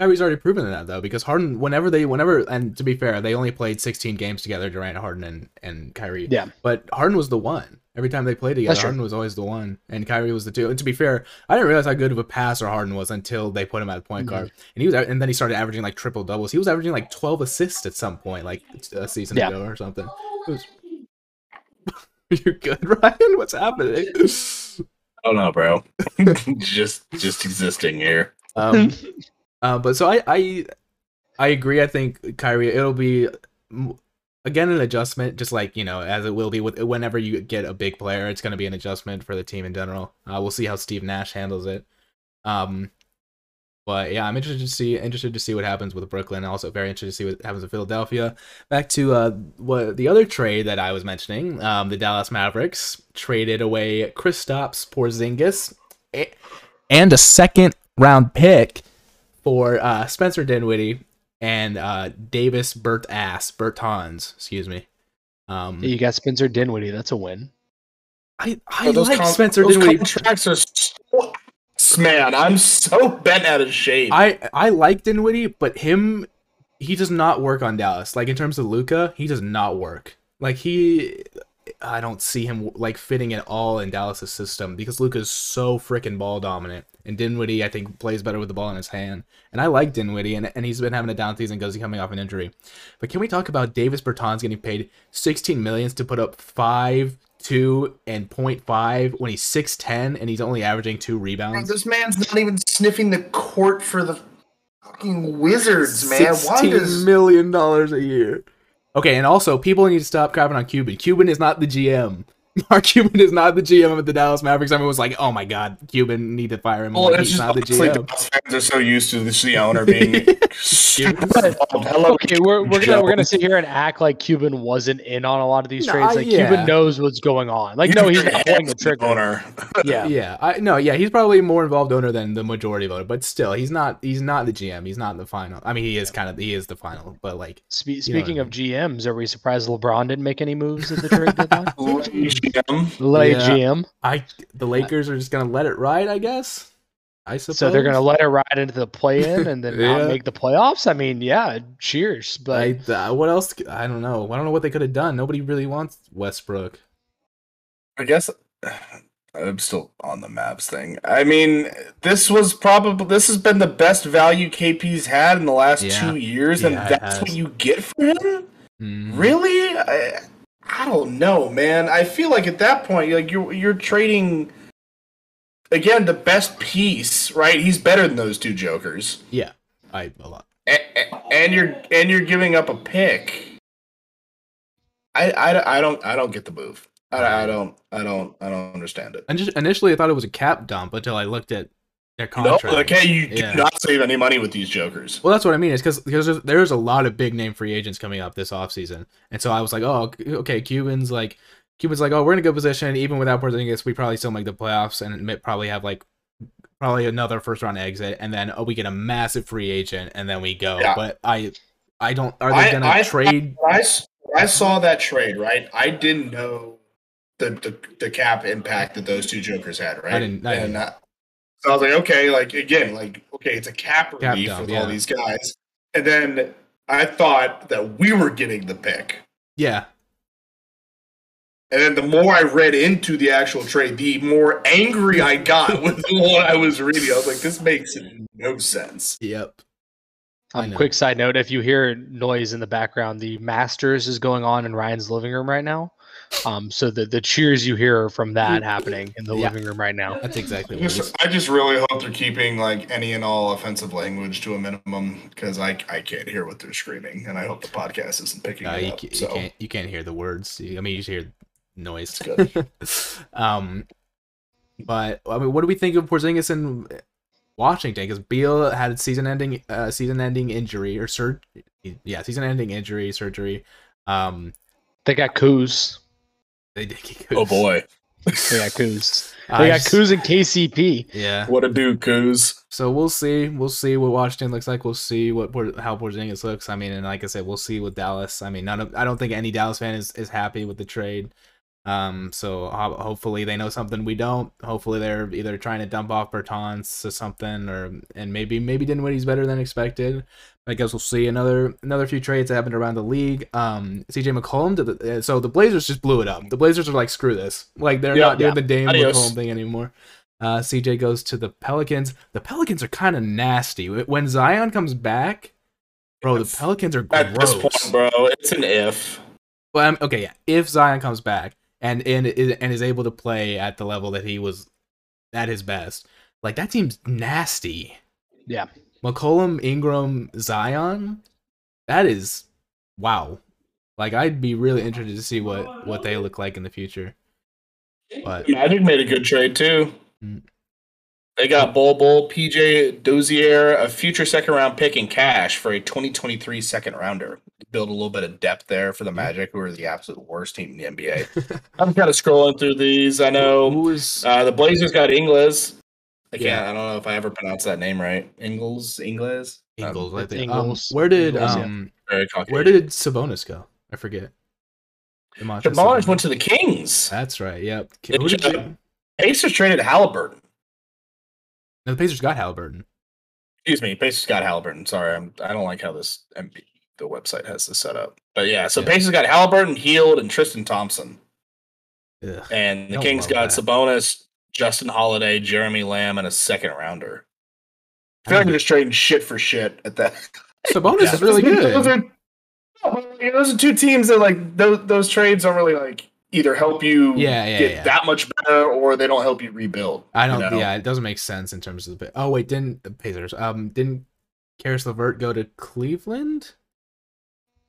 Kyrie's already proven that though, because Harden, whenever they, whenever, and to be fair, they only played 16 games together, Durant, Harden, and and Kyrie. Yeah. But Harden was the one. Every time they played together, That's true. Harden was always the one, and Kyrie was the two. And to be fair, I didn't realize how good of a passer Harden was until they put him at point Mhm. guard, and he was, and then he started averaging like triple doubles. He was averaging like 12 assists at some point, like a season Yeah. ago or something. It was- *laughs* You're good, Ryan. What's *laughs* happening? I don't know, Oh, bro. *laughs* just just existing here. Um, uh, but so I, I I agree. I think Kyrie, it'll be mm, again an adjustment, just like you know, as it will be with whenever you get a big player, it's going to be an adjustment for the team in general. Uh, we'll see how Steve Nash handles it. Um, but yeah, I'm interested to see interested to see what happens with Brooklyn. Also, very interested to see what happens with Philadelphia. Back to uh, what the other trade that I was mentioning, um, the Dallas Mavericks traded away Kristaps Porzingis a- and a second round pick for uh, Spencer Dinwiddie and uh, Davis Bert Ass Bertans. Excuse me. Um, You got Spencer Dinwiddie. That's a win. I I Bro, those like con- Spencer those Dinwiddie. Contracts are so ass, man. I'm so bent out of shape. I I like Dinwiddie, but him he does not work on Dallas. Like in terms of Luca, he does not work. Like he I don't see him like fitting at all in Dallas's system because Luca is so freaking ball dominant. And Dinwiddie, I think, plays better with the ball in his hand. And I like Dinwiddie, and, and he's been having a down season because he's coming off an injury. But can we talk about Davis Bertans getting paid 16 millions to put up five, two, and 0.5 when he's 6'10 and he's only averaging two Bro, rebounds? this man's not even sniffing the court for the fucking Wizards, man. Why $16 does *laughs* million dollars a year? Okay, and also people need to stop crapping on Cuban. Cuban is not the GM. Mark Cuban is not the GM of the Dallas Mavericks. Everyone was like, "Oh my God, Cuban need to fire him." Well, like, it's he's Oh, just not the honestly, GM. Dallas fans are so used to this, the owner *laughs* being. super But- involved. Hello, okay, we're, we're gonna we're Joe. gonna sit here and act like Cuban wasn't in on a lot of these No, trades. Like yeah. Cuban knows what's going on. Like You no, can he's turn not your pulling the hands to trigger. owner. Yeah, yeah, I no, yeah, he's probably a more involved owner than the majority voter, but still, he's not. He's not the GM. He's not the final. I mean, he is kind of. He is the final, but like, Spe- You know what I speaking of GMs, are we surprised LeBron didn't make any moves at the trade deadline? Lay GM. Lay *laughs* Yeah. GM. I the Lakers are just gonna let it ride, I guess. I suppose. So they're going to let it ride into the play in and then Yeah. not make the playoffs. I mean, yeah, cheers. But I, uh, what else? c- I don't know. I don't know what they could have done. Nobody really wants Westbrook. I guess I'm still on the Mavs thing. I mean, this was probably this has been the best value KP's had in the last Yeah. two years, and Yeah, it that's has. what you get for him. Mm. Really? I, I don't know, man. I feel like at that point, like you're you're trading again the best piece, right? He's better than those two jokers, Yeah, I a lot. and, and you're and you're giving up a pick. I, I, I don't I don't get the move. I, I don't I don't I don't understand it. And just initially, I thought it was a cap dump until I looked at their No, contract. okay, you Yeah. do not save any money with these jokers. Well, that's what I mean. Is because there's, there's a lot of big name free agents coming up this offseason. and so I was like, oh, okay, Cubans like Cubans like, oh, we're in a good position even without Porzingis. We probably still make the playoffs and admit- probably have like probably another first round exit, and then oh, we get a massive free agent, and then we go. Yeah. But I, I don't. Are I- they gonna I- trade? When I, s- when I saw that trade, right? I didn't know the, the the cap impact that those two jokers had, right? didn't- I and didn't. uh, so I was like, okay, like again, like okay, it's a cap Cap relief dump, with yeah. all these guys, and then I thought that we were getting the pick, Yeah, and then the more I read into the actual trade, the more angry I got *laughs* with what I was reading. I was like, this makes no sense. yep. I um, know. quick side note if you hear noise in the background, the Masters is going on in Ryan's living room right now. Um, so the, the cheers you hear are from that happening in the Yeah. living room right now. That's exactly I what it is. just, I just really hope they're keeping like any and all offensive language to a minimum because I I can't hear what they're screaming, and I hope the podcast isn't picking No, it you, up. ca- you so can't you can't hear the words. You- I mean, you just hear noise. it's good. *laughs* um, but I mean, what do we think of Porzingis in Washington? Because Beal had a season-ending, uh, season-ending injury or sur- yeah, season-ending injury surgery. Um, They got Kuz. they did get Oh, *laughs* They got Kuz. I Oh, They got just- Kuz and KCP. Yeah. what a do, Coos. So we'll see. We'll see what Washington looks like. We'll see what Por- how Porzingis looks. I mean, and like I said, we'll see with Dallas. I mean, none of I don't think any Dallas fan is, is happy with the trade. Um, so ho- hopefully they know something we don't. Hopefully they're either trying to dump off Bertans to something, or and maybe maybe Dinwiddie's better than expected. I guess we'll see another another few trades that happened around the league. Um, CJ McCollum. Did the, uh, so the Blazers just blew it up. The Blazers are like, screw this. Like they're Yeah, not doing the Dame Adios. McCollum thing anymore. Uh, CJ goes to the Pelicans. The Pelicans are kind of nasty. When Zion comes back, bro, the Yes. Pelicans are gross. At this point, bro, it's an if. Well, I'm, okay, yeah. If Zion comes back and and is- and is able to play at the level that he was at his best, like that team's nasty. Yeah. McCollum, Ingram, Zion, that is wow. Like I'd be really interested to see what what they look like in the future. But Magic made a good trade too. Mm. They got Bull Bull, PJ Dozier, a future second round pick in cash for a 2023 second rounder. Build a little bit of depth there for the Magic, who are the absolute worst team in the *laughs* NBA. I'm kind of scrolling through these. I know who is Uh, the Blazers got Ingles. I can't. Yeah. I don't know if I ever pronounced that name right. Ingles, Ingles. Um, Ingles? I it's think. uh, Ingles. Um, where did Ingles, yeah. um very Caucasian. where did Sabonis go? I forget. Demontis Sabonis Sabonis. went to the Kings. That's right. Yep. They Who did ju- you- Pacers traded Halliburton. No, the Pacers got Halliburton. Excuse me, Pacers got Halliburton. Sorry, I'm. I don't like how this MP, the website has this set up. But yeah, so Yeah. Pacers got Halliburton, Heald, and Tristan Thompson, Ugh. and the Don't Kings love got that. Sabonis, Justin Holiday, Jeremy Lamb, and a second rounder. I feel I like mean- they're just trading shit for shit at that. Sabonis Yeah. is really Those good. are, Yeah, but, like, those are two teams that like those those trades don't really like either help you Yeah, yeah, get yeah. that much better or they don't help you rebuild. I don't. you know? Yeah, it doesn't make sense in terms of the. Oh wait, didn't the Pacers? Um, didn't Karis Levert go to Cleveland?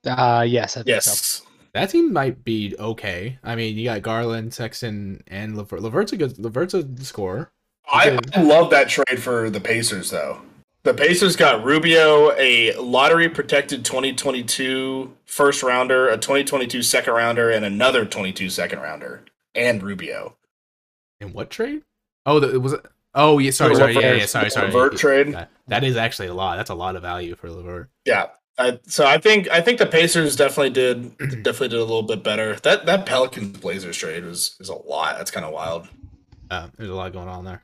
Uh, yes, I think so. Yes. That team might be okay. I mean, you got Garland, Sexton, and Levert. Levert's a good. Levert's a scorer. I, I love that trade for the Pacers though. The Pacers got Rubio, a lottery protected 2022 first rounder, a 2022 second rounder, and another 22 second rounder, and Rubio. In what trade? Oh, the, was it? Oh, yeah. The Sorry, sorry, yeah, Levert- yeah, sorry, the sorry. Levert Yeah, trade. That, that is actually a lot. That's a lot of value for Levert. Yeah. I, so I think I think the Pacers definitely *clears throat* did definitely did a little bit better. That that Pelicans Blazers trade was is a lot. That's kind of wild. Uh, there's a lot going on there.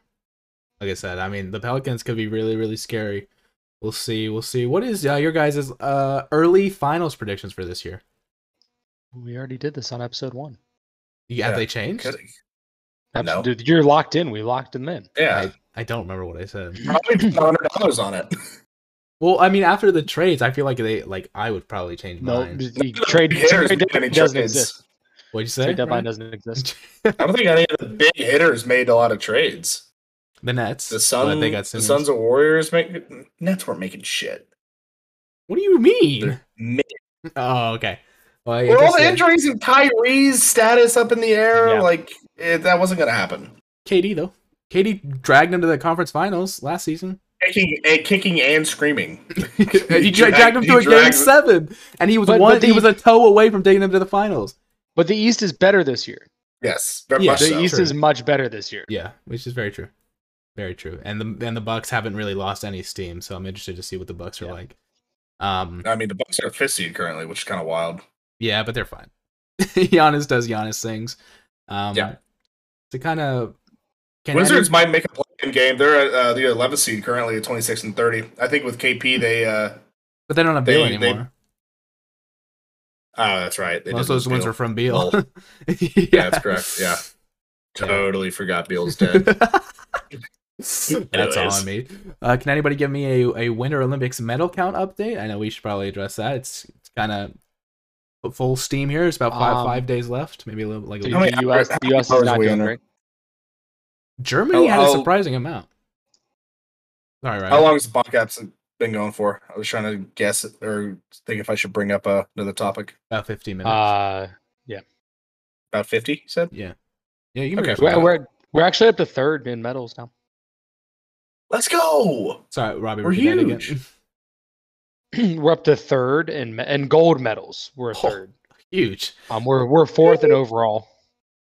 Like I said, I mean, the Pelicans could be really, really scary. We'll see. We'll see. What is uh, your guys' uh, early finals predictions for this year? We already did this on episode one. You, Have Yeah. they changed? No. Dude, you're locked in. We locked them in. Yeah, I don't remember what I said. probably hundred dollars on *laughs* it. Well, I mean, after the trades, I feel like they like I would probably change No, mine. the trade, Big hitters made trade deadline any doesn't trades. exist. What'd you say? Trade deadline Ryan? doesn't exist. I don't think any of the big hitters made a lot of trades. The Nets. The but Suns, They got the Simmons. Suns of Warriors make Nets weren't making shit. What do you mean? Mid- *laughs* Oh, okay. Well, I Were all guess, the yeah. injuries and Kyrie's status up in the air? Yeah. Like it, that wasn't gonna happen. KD though. KD dragged him to the conference finals last season. Kicking, eh, kicking and screaming. he dra- dragged- dragged him he to a game dragged- seven, and he was But- one. but he the- was a toe away from taking him to the finals. But the East is better this year. Yes, very Yeah, much The so. East True. is much better this year. Yeah, which is very true, very true. And the and the Bucks haven't really lost any steam, so I'm interested to see what the Bucks are Yeah. like. Um, I mean, the Bucks are fifth seed currently, which is kind of wild. yeah, but they're fine. *laughs* Giannis does Giannis things. Um, Yeah. To kind of Wizards might make a play-in game. They're uh, the 11th seed currently at 26 and 30. I think with KP, they. Uh, but they don't have they- Beal they- anymore. oh, that's right. They Most of did those wins Beal. were from Beal. Well, *laughs* yeah. that's correct, yeah. Totally forgot *laughs* Beal's dead. *laughs* That's all uh, Anyways. on me. Uh, can anybody give me a, a Winter Olympics medal count update? I know we should probably address that. It's, it's kind of full steam here. It's about five Um, five days left, maybe a little like a Dude, How many the US, hours- the US how is many hours not are we doing under? great. Germany How- had a how- surprising amount. Sorry, right. How long has the podcast been going for? I was trying to guess it, or think if I should bring up uh, another topic. About fifteen minutes. Uh, About 50, you said? yeah, yeah. You can okay. okay. we're, we're we're actually up to third in medals now. *clears throat* Let's go. Sorry, Robbie. We're repeat that again. huge. we're up to third in me- and gold medals. We're a Oh. third. *laughs* huge. Um, we're we're fourth in overall.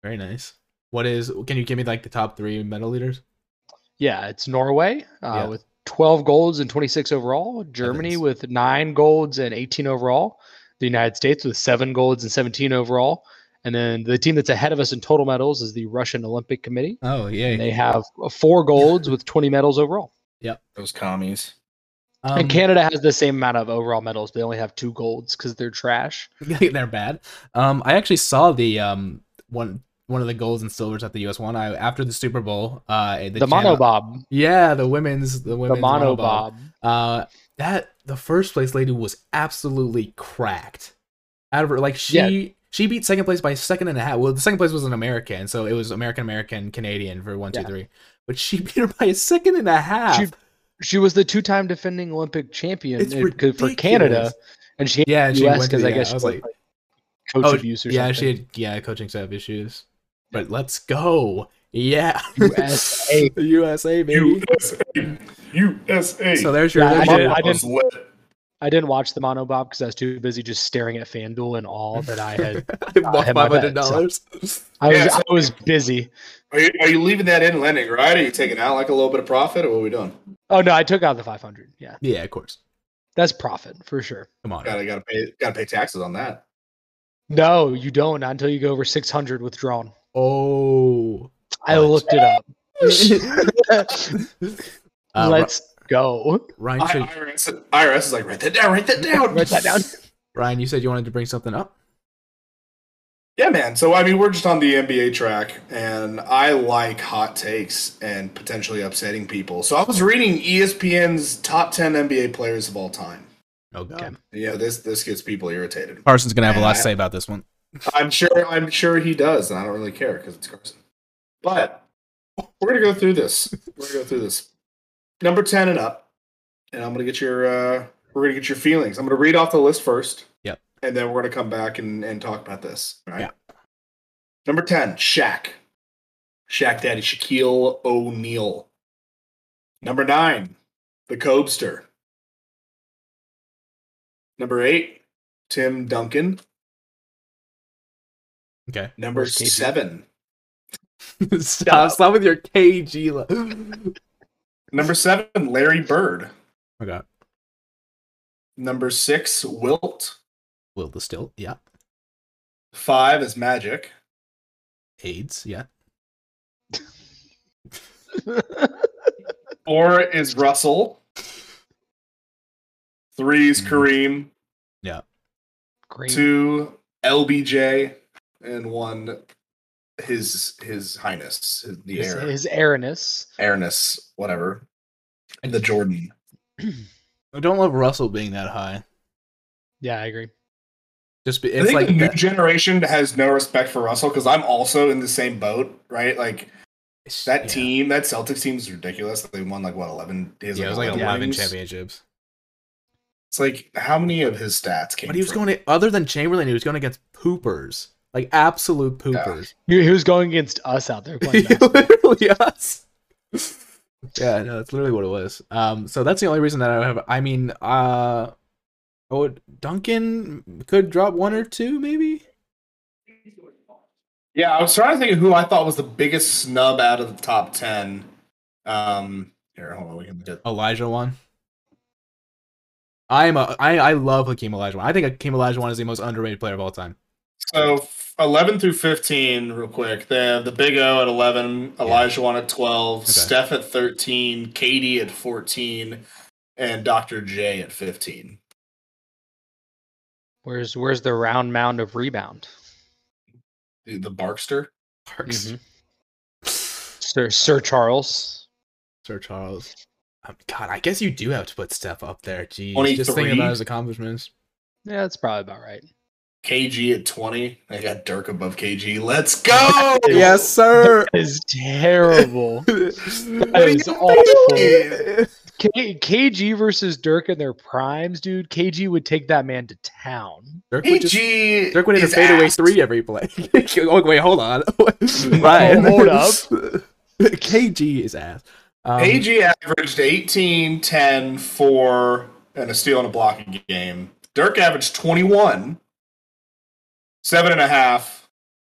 Very nice. What is? Can you give me like the top three medal leaders? Yeah, it's Norway uh, Yeah. with 12 golds and 26 overall, Germany Evans. with 9 golds and 18 overall, the United States with 7 golds and 17 overall, and then the team that's ahead of us in total medals is the Russian Olympic Committee. Oh yeah. And they have 4 golds with 20 medals overall. Those commies. um, and Canada has the same amount of overall medals. They only have 2 golds cuz they're trash. *laughs* they're bad. Um, I actually saw the um one one of the golds and silvers at the U.S. one. I after the Super Bowl. Uh, The, channel- monobob, Yeah, the women's the the women's monobob. monobob. Uh, that the first place lady was absolutely cracked. Out of her, like she she beat second place by a second and a half. Well, the second place was an American, so it was American American Canadian for one, two, Yeah. three. But she *laughs* beat her by a second and a half. She- She was the two-time defending Olympic champion It's in- for Canada ridiculous. and she yeah, and she US went to because I yeah, guess she uh, was was, like, coach Oh, abuse or yeah, something. she had yeah coaching staff issues. But let's go, yeah, *laughs* USA. USA, baby. USA. USA. So there's your. Yeah, there's I your- did- I did- Was lit. I didn't watch the mono bob because I was too busy just staring at FanDuel and all that I had. *laughs* I bought had my five bet, hundred dollars. I was, Yeah, so- I was busy. Are you, are you leaving that in Lennox, right? Are you taking out like a little bit of profit, or what are we doing? Oh no, I took out the 500. Yeah, Yeah, of course. that's profit for sure. Come on. Gotta gotta pay gotta pay taxes on that. No, you don't not until you go over 600 withdrawn. Oh. Uh, I What? looked it *laughs* up. Uh, Ri- *laughs* Let's go. Ryan, I, should, IRS, IRS is like write that down, write that down, Write that down. Ryan, you said you wanted to bring something up. *laughs* Yeah, man. So I mean, we're just on the NBA track, and I like hot takes and potentially upsetting people. So I was reading E ESPN's top ten NBA players of all time. Oh God. Okay. Yeah, this this gets people irritated. Carson's gonna have a lot to Yeah. say about this one. I'm sure I'm sure he does, and I don't really care because it's Carson. But we're gonna go through this. We're gonna go through this. Number ten and up, and I'm gonna get your uh, we're gonna get your feelings. I'm gonna read off the list first. Yep. and then we're gonna come back and, and talk about this. All right. Yeah. Number ten, Shaq. Shaq Daddy Shaquille O'Neal. Number nine, the Cobster. Number eight, Tim Duncan. *laughs* Okay. Number Where's KG? seven. stop, stop with your Oh, KG. *laughs* Lo- Number seven, Larry Bird. I got Number six, Wilt. Will the Still. Yeah. Five is Magic. AIDS. Yeah. Four is Russell. Three is Mhm. Kareem. Green. Two LBJ and one his his highness his, the his, heir, his airness. heirness whatever and the Jordan. I don't love Russell being that high. *clears throat* Yeah, I agree. Just be, I it's think like the new that- generation has no respect for Russell because I'm also in the same boat, right? Like that yeah. team, that Celtics team is ridiculous. They won like what eleven? he has, Yeah, it was like 11 rings. championships. It's like how many of his stats came? But he was from- going to, other than Chamberlain, he was going against poopers. Like *laughs* absolute poopers. He, he was going against us out *laughs* there playing basketball. literally us. yeah, no, that's literally what it was. Um, so that's the only reason that I have. I mean, uh, oh, Duncan could drop one or two, maybe. Yeah, I was trying to think of who I thought was the biggest snub out of the top ten. Um, here, hold on, we can do. Elijah one. I'm a I I love Hakeem Elijah one. I think Hakeem Elijah one is the most underrated player of all time. So f- eleven through fifteen, real quick. They have the Big O at eleven, Elijah one at twelve, Okay. Steph at thirteen, Katie at fourteen, and Dr. J at fifteen. Where's where's the round mound of rebound? The, the Barkster. Parks. Mhm. Mm-hmm. *laughs* Sir Sir Charles. Sir Charles. Um, God, I guess you do have to put Steph up there. Jeez, just 23? thinking about his accomplishments. Yeah, that's probably about right. KG at twenty. I got Dirk above KG. Let's go. Yes, sir. Is terrible. that That is awful. Yeah. K- KG versus Dirk in their primes, dude. KG would take that man to town. Dirk would just KG. Dirk would hit a is fadeaway ass. three every play. *laughs* oh wait, hold on, *laughs* Ryan. Hold up. *laughs* KG is ass. Um, AG averaged 18, 10, 4, and a steal and a block a game. Dirk averaged 21, 7.5. Yeah,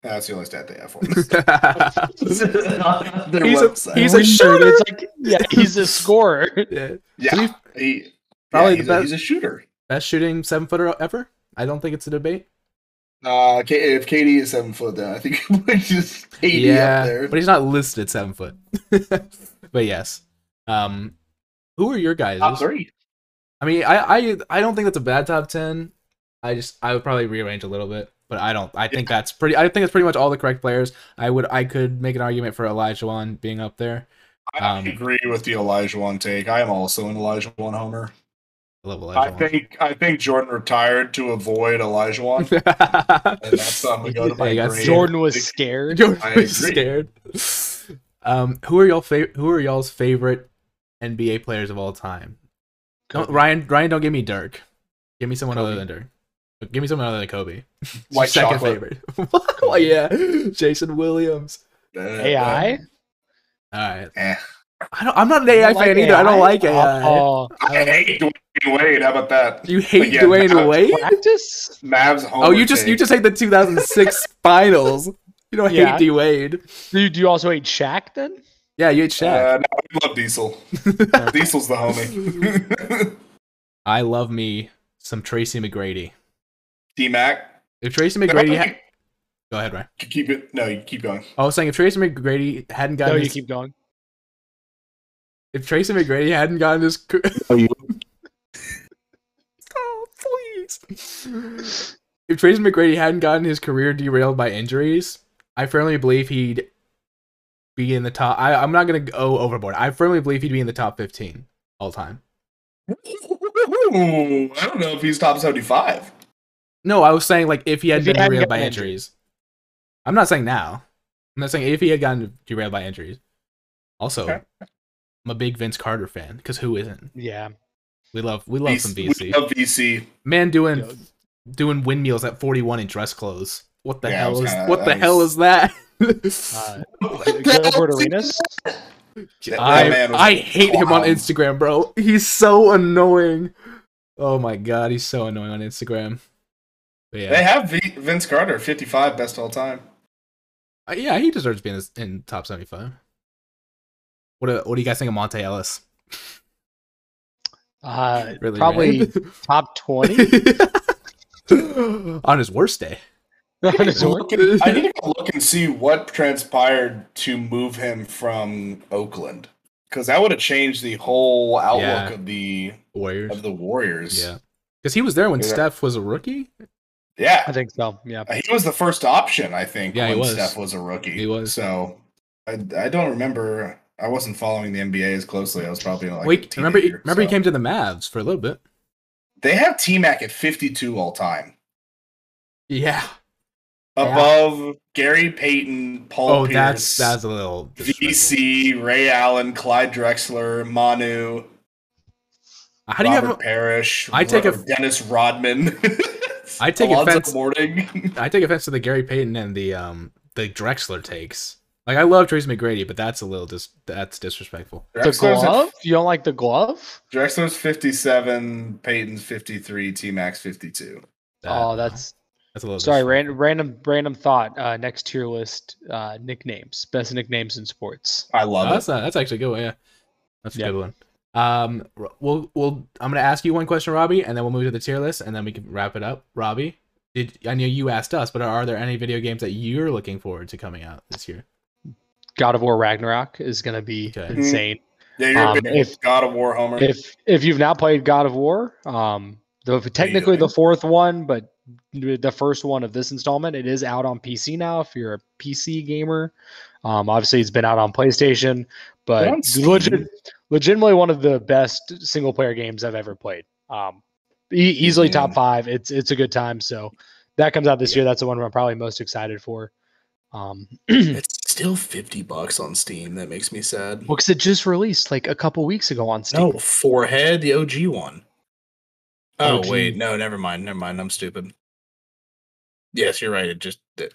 that's the only stat they have for him. *laughs* he's Their a website. he's a Dude, shooter. it's like yeah, he's a scorer. Yeah. yeah, he's he, probably probably the he's, best- A, he's a shooter. *laughs* Best shooting seven footer ever. I don't think it's a debate. Uh, K- if KD is seven foot, then I think *laughs* it's just KD up there. but he's not listed seven foot. *laughs* but yes. Um, who are your guys? Top three. I mean, I, I I don't think that's a bad top ten. I just I would probably rearrange a little bit, but I don't. I think that's pretty. I think that's pretty much all the correct players. I would I could make an argument for Elijah Wan being up there. I Um, agree with the Elijah one take. I am also an Elijah one homer. I love I Elijah *laughs* think I think Jordan retired to avoid Elijah one. Wan. and that's how I'm gonna go to my Yeah, grade. *laughs* Jordan was scared. You're I agree. scared. Um, who are y'all fav- Who are y'all's favorite NBA players of all time? Don't- Kobe. Ryan, Ryan, don't give me Dirk. Give me someone other Kobe. than Dirk. Give me someone other than Kobe. It's your White *laughs* second chocolate. favorite. *laughs* oh yeah, Jason Williams. Uh, AI. All right, eh. I don't. I'm not an AI Don't like fan either. I don't like AI. Uh, uh, I hate Dwayne Wade. How about that? you hate Again, Dwayne that's Wade? practice. Mavs home. Oh, you just you just hate *laughs* the 2006 finals. You don't Yeah. hate D Wade. Do you, do you also hate Shaq then? Yeah, you hate Shaq. Uh, no, I love Diesel. *laughs* Diesel's the homie. *laughs* I love me some Tracy McGrady. D Mac. If Tracy McGrady, ha- You go ahead, Ryan. can keep it. No, you keep going. I was saying if Tracy McGrady hadn't No, gotten you his- keep going. if Tracy McGrady hadn't gotten his cr- *laughs* Oh, you- oh please if Tracy McGrady hadn't gotten his career derailed by injuries, I firmly believe he'd be in the top. I, I'm not gonna go overboard. I firmly believe he'd be in the top 15 all time. Ooh, I don't know if he's top seventy-five. No, I was saying like if he had If he been hadn't derailed by gotten injuries. I'm not saying now. I'm not saying if he had gotten derailed by injuries. Also, Okay. I'm a big Vince Carter fan because who isn't? Yeah. We love we love some We VC. love VC. Man doing Yo. doing windmills at 41 in dress clothes. What the Yeah, I hell was is kinda- what I the hell was- is that? *laughs* Uh, That Gilbert Arenas. that I, man was I hate him on clown. Instagram, bro. He's so annoying. Oh my god, he's so annoying on Instagram. But yeah, They have v- Vince Carter, 55, best all time. Uh, yeah, he deserves being in- in top seventy-five. What do, what do you guys think of Monte Ellis? Uh, Really, probably Rand? top twenty. *laughs* *laughs* on his worst day. on his own. I need to go look and see what transpired to move him from Oakland because that would have changed the whole outlook Yeah. of the *laughs* Warriors. of the Warriors. Yeah, because he was there when Yeah. Steph was a rookie. yeah, Uh, I *laughs* think so. Yeah. he was the first option, I think. Yeah, he when was. Steph was a rookie, He was. So I, I don't remember. I wasn't following the NBA as closely. I was probably like Wait, a remember? teenager, remember, he so. came to the Mavs for a little bit. They have T Mac at fifty two all time, Yeah. Yeah. above Gary Payton, Paul. Oh, Pierce, that's that's a little. disrespectful. VC, Ray Allen, Clyde Drexler, Manu, How do you Robert have? Parrish, I take Ro- a- Dennis Rodman. *laughs* I take Alonzo offense- Mourning. *laughs* I take offense to the Gary Payton and the um the Drexler takes. Like I love Tracy McGrady, but that's a little dis- that's disrespectful. The Drexler's, at- glove? You don't like the glove? Drexler's 57, Peyton's 53, T Max 52. That- oh, that's that's a little. sorry. disrespectful. Random, random, random thought. Uh, next tier list: uh, nicknames, best nicknames in sports. I Oh, love that's not, that's actually a good one. Yeah, that's a Yeah. good one. Um, r- we'll we'll I'm gonna ask you one question, Robbie, and then we'll move to the tier list, and then we can wrap it up. Robbie, did I know you asked us, but are there any video games that you're looking forward to coming out this year? God of War Ragnarok is going to be Okay. insane. it. Yeah, you're Um, a big if- God of War Homer. If if you've not played God of War, um, the, technically the doing? fourth one, but the first one of this installment, it is out on PC now. If you're a PC gamer, um, obviously it's been out on PlayStation, They're but on Steam. legit, legitimately one of the best single player games I've ever played. Um, e- easily top Mhm. five. It's it's a good time. So that comes out this year. That's the one I'm probably most excited for. Um, *clears throat* it's still 50 bucks on Steam. That makes me sad. because it just released like a couple weeks ago on Steam. Forehead, the OG one. Oh, OG. wait. No, never mind. Never mind. I'm stupid. Yes, you're right. It just. It...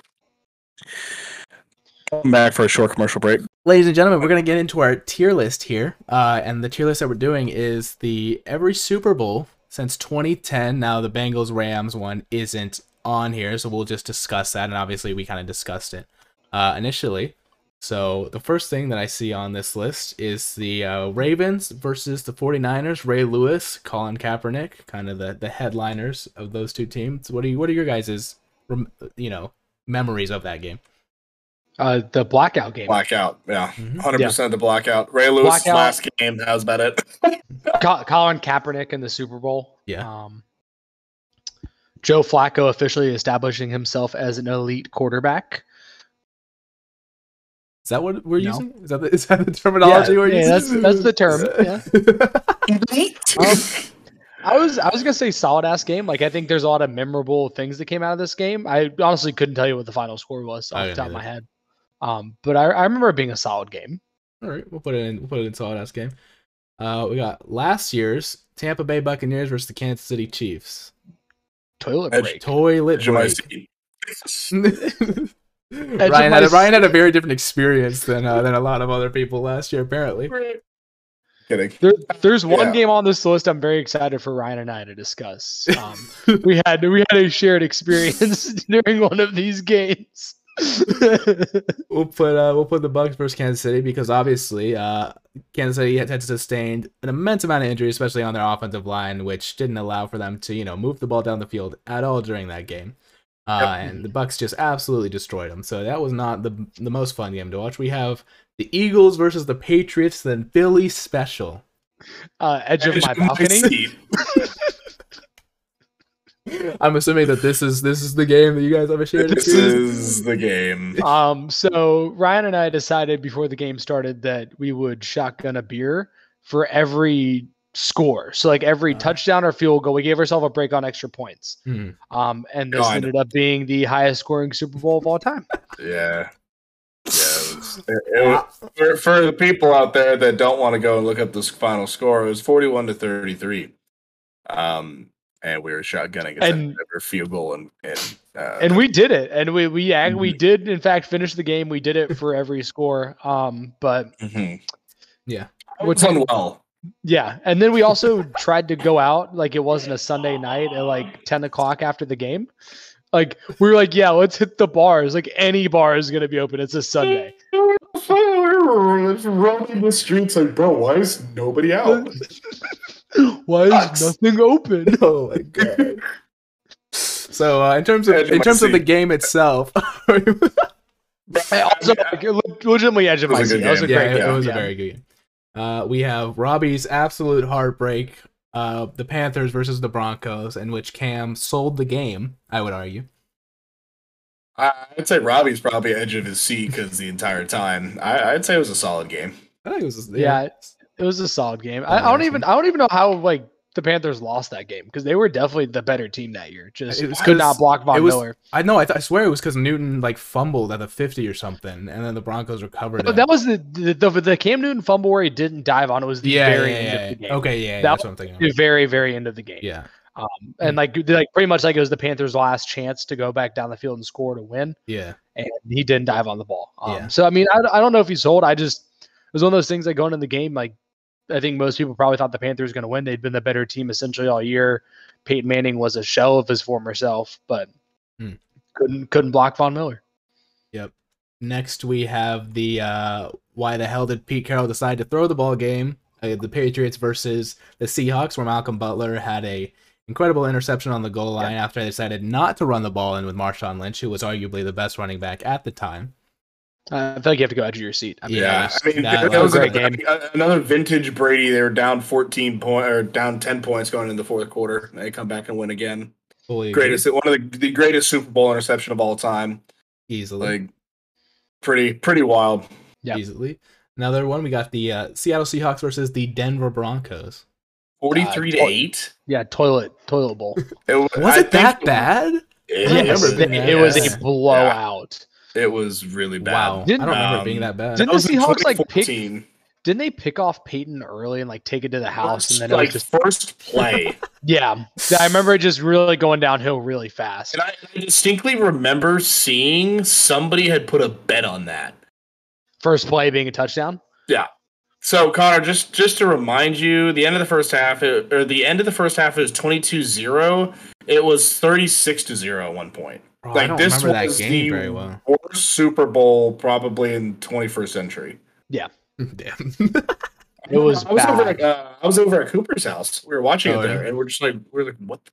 Come back for a short commercial break. Ladies and gentlemen, we're going to get into our tier list here. Uh, and the tier list that we're doing is the every Super Bowl since 2010. Now, the Bengals Rams one isn't on here, so we'll just discuss that. And obviously, we kind of discussed it uh, initially. So, the first thing that I see on this list is the uh, Ravens versus the 49ers, Ray Lewis, Colin Kaepernick, kind of the, the headliners of those two teams. What are, you, what are your guys' rem- you know, memories of that game? Uh, the blackout game. Blackout. Yeah. Mhm. 100% the blackout. Ray Lewis' Blackout. last game. How's about it? Co- Colin Kaepernick in the Super Bowl. Yeah. Um, Joe Flacco officially establishing himself as an elite quarterback. Is that what we're No. using? Is that the, is that the terminology Yeah, we're yeah, using? that's- that's the *laughs* term, Um, *laughs* I was I was gonna say solid ass game. Like I think there's a lot of memorable things that came out of this game. I honestly couldn't tell you what the final score was I off the didn't top of either. my head. Um, but I, I remember it being a solid game. All right, we'll put it in. We'll put it in solid ass game. Uh, we got last year's Tampa Bay Buccaneers versus the Kansas City Chiefs. Toilet Edge break. Toilet Edge of my break. seat. *laughs* Ryan my had, a, Ryan seat. had a very different experience than uh, than a lot of other people last year, apparently. Kidding. There, there's one Yeah. game on this list I'm very excited for Ryan and I *laughs* to discuss. Um, we had we had a shared experience *laughs* during one of these games. *laughs* We'll put uh, we'll put the Bucks versus Kansas City because obviously uh, Kansas City had had sustained an immense amount of injuries, especially on their offensive line, which didn't allow for them to you know move the ball down the field at all during that game. Uh, Yep. And the Bucks just absolutely destroyed them. So that was not the the most fun game to watch. We have the Eagles versus the Patriots, then Philly special. uh, edge of Edge my balcony. seat. *laughs* I'm assuming that this is this is the game that you guys have a shared This experience. is the game. Um, so Ryan and I decided before the game started that we would shotgun a beer for every score. So like every Uh. touchdown or field goal, we gave ourselves a break on extra points. Hmm. Um, and this God. ended up being the highest scoring Super Bowl of *laughs* all time. Yeah. Yeah, it was, it, it was- for, for the people out there that don't want to go and look up this final score, it was 41 to 33. Um, and we were shotgunning And- a field goal and and uh, and we did it and we we ac- we Mhm. did in fact finish the game we did it for every score um but *laughs* mhm. Yeah. I was unwell. yeah and then we also tried to go out like it wasn't a sunday night at like 10 o'clock after the game like we were like yeah let's hit the bars like any bar is going to be open it's a sunday *laughs* Roaming the streets, like, bro, why is nobody out? why Sucks. is nothing *laughs* open *laughs* Oh my *laughs* god. So uh, in terms of Edge of in my terms of the seat. game itself, *laughs* I also, like, leg- legitimately edge of It was my a seat good that was a game. yeah, great it, game it was yeah. a very good game. Uh, we have Robbie's absolute heartbreak, uh, the Panthers versus the Broncos, in which Cam sold the game. I would argue. I- I'd say Robbie's probably edge of his seat because the entire time I, I'd say it was a solid game. I think it was Yeah, it was a solid game. I, I don't Embarrassing. even I don't even know how like the Panthers lost that game because they were definitely the better team that year. Just It was could not 'cause block Von it was- Miller. I know. I, th- I swear it was because Newton like fumbled at the fifty or something, and then the Broncos recovered. But it. Oh, that was the the, the the Cam Newton fumble where he didn't dive on. It was the yeah, very yeah, end yeah, of the yeah. game. Okay, yeah, yeah, That that's what I'm thinking. The Of. very very end of the game. Yeah, Um, Mm. and like they- like pretty much like it was the Panthers' last chance to go back down the field and score to win, yeah, and he didn't dive on the ball. Um, Yeah. So I mean, I, I don't know if he's sold. I just it was one of those things that going into the game like. I think most people probably thought the Panthers were going to win. They'd been the better team essentially all year. Peyton Manning was a shell of his former self, but Hmm. couldn't couldn't block Von Miller. yep. Next we have the uh, why the hell did Pete Carroll decide to throw the ball game? Uh, the Patriots versus the Seahawks, where Malcolm Butler had a incredible interception on the goal line after they decided not to run the ball in with Marshawn Lynch, who was arguably the best running back at the time. Uh, I feel like you have to go edge of your seat. I mean, Yeah, Yes, I mean that that, was was a like great a- another vintage Brady. They were down fourteen point or down ten points going into the fourth quarter. They come back and win again. Fully agree. Greatest, one of the, the greatest Super Bowl interception of all time. easily. Like pretty, pretty wild. Yeah. easily. Another one, we got the uh, Seattle Seahawks versus the Denver Broncos. Forty-three to Uh, eight. yeah, toilet toilet bowl. It was, Was it that bad? It, *laughs* I Yes, remember was, it, being it was bad. a blowout. it was really bad. Wow. Didn't- I don't remember it um, being that bad. That Didn't the was in Seahawks, like, pick- 2014. Didn't they pick off Peyton early and like take it to the house? First, and then it like was just first play? yeah. I remember it just really going downhill really fast. and I, I distinctly remember seeing somebody had put a bet on that. First play being a touchdown. So Connor, just just to remind you, the end of the first half it, or the end of the first half it was 22-0. It was 36 to 0 at one point. Bro, Oh, I like, don't this remember that was game the- very well. *laughs* Worst Super Bowl probably in 21st century. Damn. It was I was over at, bad. uh, I was over at Cooper's house. We were watching Oh, it there yeah. and we're just like we're like what the-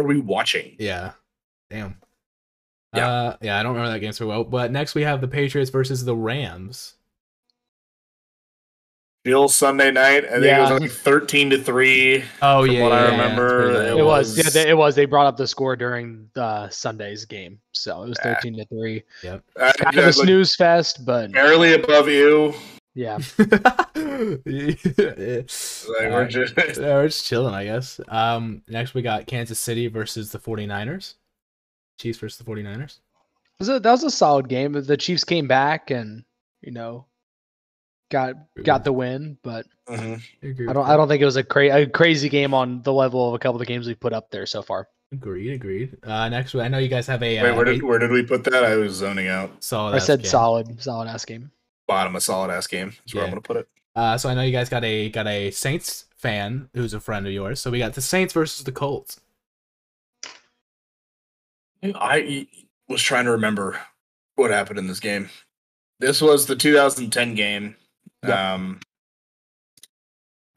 are we watching? yeah. Damn. Yeah. Uh, yeah, I don't remember that game so well. But next we have the Patriots versus the Rams. Bill Sunday night and think Yeah. it was like 13 to 3. Oh, From yeah, what I yeah, yeah, remember, that's pretty bad. It It was, yeah, was- they, it was. They brought up the score during uh, Sunday's game, so it was Yeah. thirteen to three. I, Kind of a like, snooze fest, but barely above you. yeah, *laughs* Like, we're just *laughs* Yeah, we're just chilling, I guess. Um, next we got Kansas City versus the 49ers. Chiefs versus the 49ers. was a- that was a solid game. The Chiefs came back and you know got got the win, but Mhm. Agree I with don't that. I don't think it was a, cra- a crazy game on the level of a couple of the games we put up there so far. Agreed, agreed. Uh, next, we- I know you guys have a. Wait, uh, where eight- did where did we put that? I was zoning out. solid I ass said Oh, game. solid, solid ass game. Bottom of solid ass game is where I'm Yeah. gonna put it. Uh, so I know you guys got a got a Saints fan who's a friend of yours. So we got the Saints versus the Colts. I was trying to remember what happened in this game. This was the 2010 game. Yeah. Um,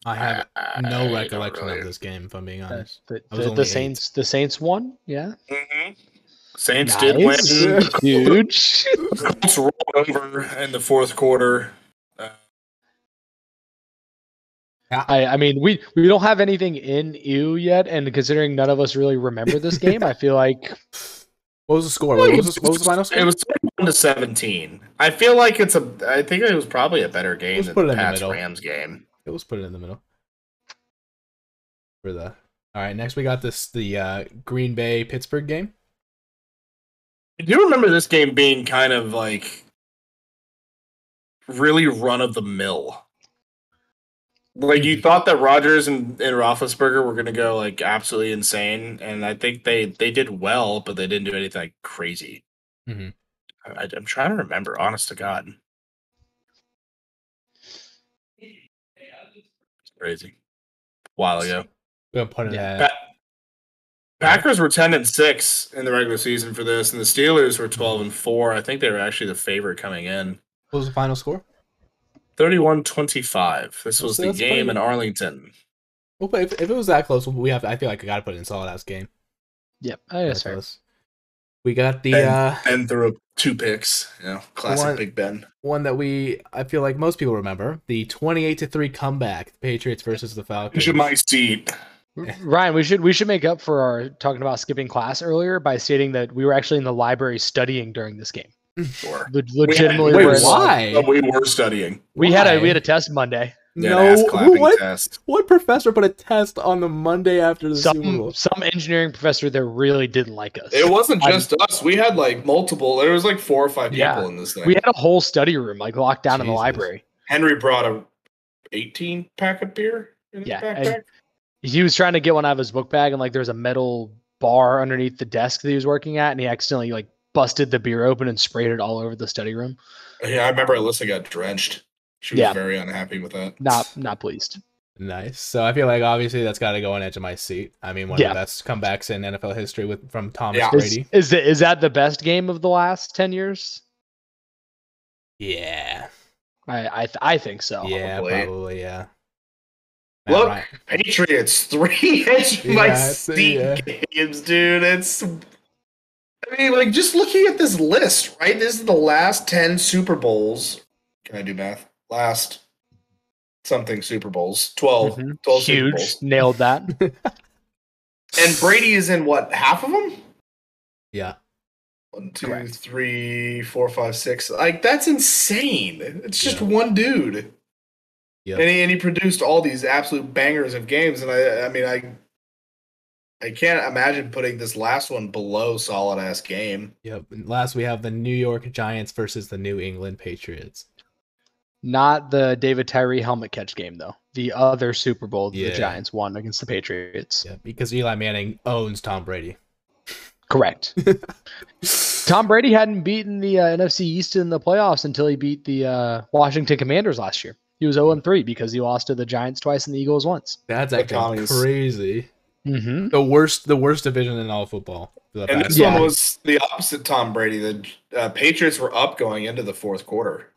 I have no I recollection don't of really- this game, if I'm being The, honest. the, I was the- only the eight. Saints the Saints won, yeah. Mhm. Saints did win. Nice, *laughs* Huge. Colts rolled over in the fourth quarter. Uh, I, I mean, we we don't have anything in you yet, and considering none of us really *laughs* remember this game, I feel like What was the score? What was, the, what was the final *laughs* score? It was 21 to 17. I feel like it's a. I think it was probably a better game Let's than put it in the the Pats middle. Rams game. It was put it in the middle. For the all right, next we got this the uh, Green Bay Pittsburgh game. I do remember this game being kind of like really run of the mill. Like you thought that Rogers and, and Roethlisberger were going to go like absolutely insane, and I think they they did well, but they didn't do anything like, crazy. Mhm. I, I'm trying to remember, honest to God. Crazy, while ago. Gonna put in Yeah. that. Packers were ten and six in the regular season for this, and the Steelers were twelve and four. I think they were actually the favorite coming in. What was the final score? 31-25. This was So the that's game pretty- in Arlington. Well, but if, if it was that close, we have. I feel like I gotta put it in solid ass game. Yep, I guess That fair. close. We got the And- uh, Ben threw up two picks. You know, classic One- Big Ben. one that we I feel like most people remember the twenty-eight to three comeback, the Patriots versus the Falcons. Into my seat. R- Ryan, we should we should make up for our talking about skipping class earlier by stating that we were actually in the library studying during this game. Sure. Le- We had- legitimately, Wait, were in- what? But we were studying. we had a Why? we had a test Monday. Yeah, no, ass who, clapping what test. what professor put a test on the Monday after the Super Some Bowl? some engineering professor that really didn't like us. It wasn't I'm- just us. We had like multiple. There was like four or five people Yeah. in this thing. we had a whole study room like locked down in the Jesus. library. Henry brought a eighteen pack of beer. In his Yeah, backpack. and- He was trying to get one out of his book bag, and like there was a metal bar underneath the desk that he was working at, and he accidentally like busted the beer open and sprayed it all over the study room. yeah, I remember Alyssa got drenched. She was Yeah. very unhappy with that. Not not pleased. Nice. So I feel like obviously that's got to go on edge of my seat. I mean, one Yeah. of the best comebacks in NFL history with from Thomas Yeah. Is, Brady. is that is that the best game of the last ten years? Yeah, I I, th- I think so. yeah, probably. probably yeah. Matt Look, Ryan- Patriots three *laughs* edge Yeah, my I see, seat yeah. games, dude. It's I mean, like just looking at this list, right? This is the last ten Super Bowls. Can I do math? Last something Super Bowls. 12, Mm-hmm. Mhm. 12 Super Huge. Bowls. *laughs* Nailed that. And Brady is in what, half of them? Yeah, One, two, Correct. three, four, five, six. Like that's insane. It's just Yeah. one dude. Yeah. And, he, and he produced all these absolute bangers of games. And I I mean I I can't imagine putting this last one below solid ass game. yep. And last we have the New York Giants versus the New England Patriots. Not the David Tyree helmet catch game though. The other Super Bowl that Yeah. the Giants won against the Patriots. Yeah, because Eli Manning owns Tom Brady. Correct. Tom Brady hadn't beaten the uh, NFC East in the playoffs until he beat the uh, Washington Commanders last year. He was 0 3 because he lost to the Giants twice and the Eagles once. That's The actually commies. crazy. Mm-hmm. The worst, the worst division in all football. for the And past- this Yeah. one was the opposite Tom Brady. The uh, Patriots were up going into the fourth quarter.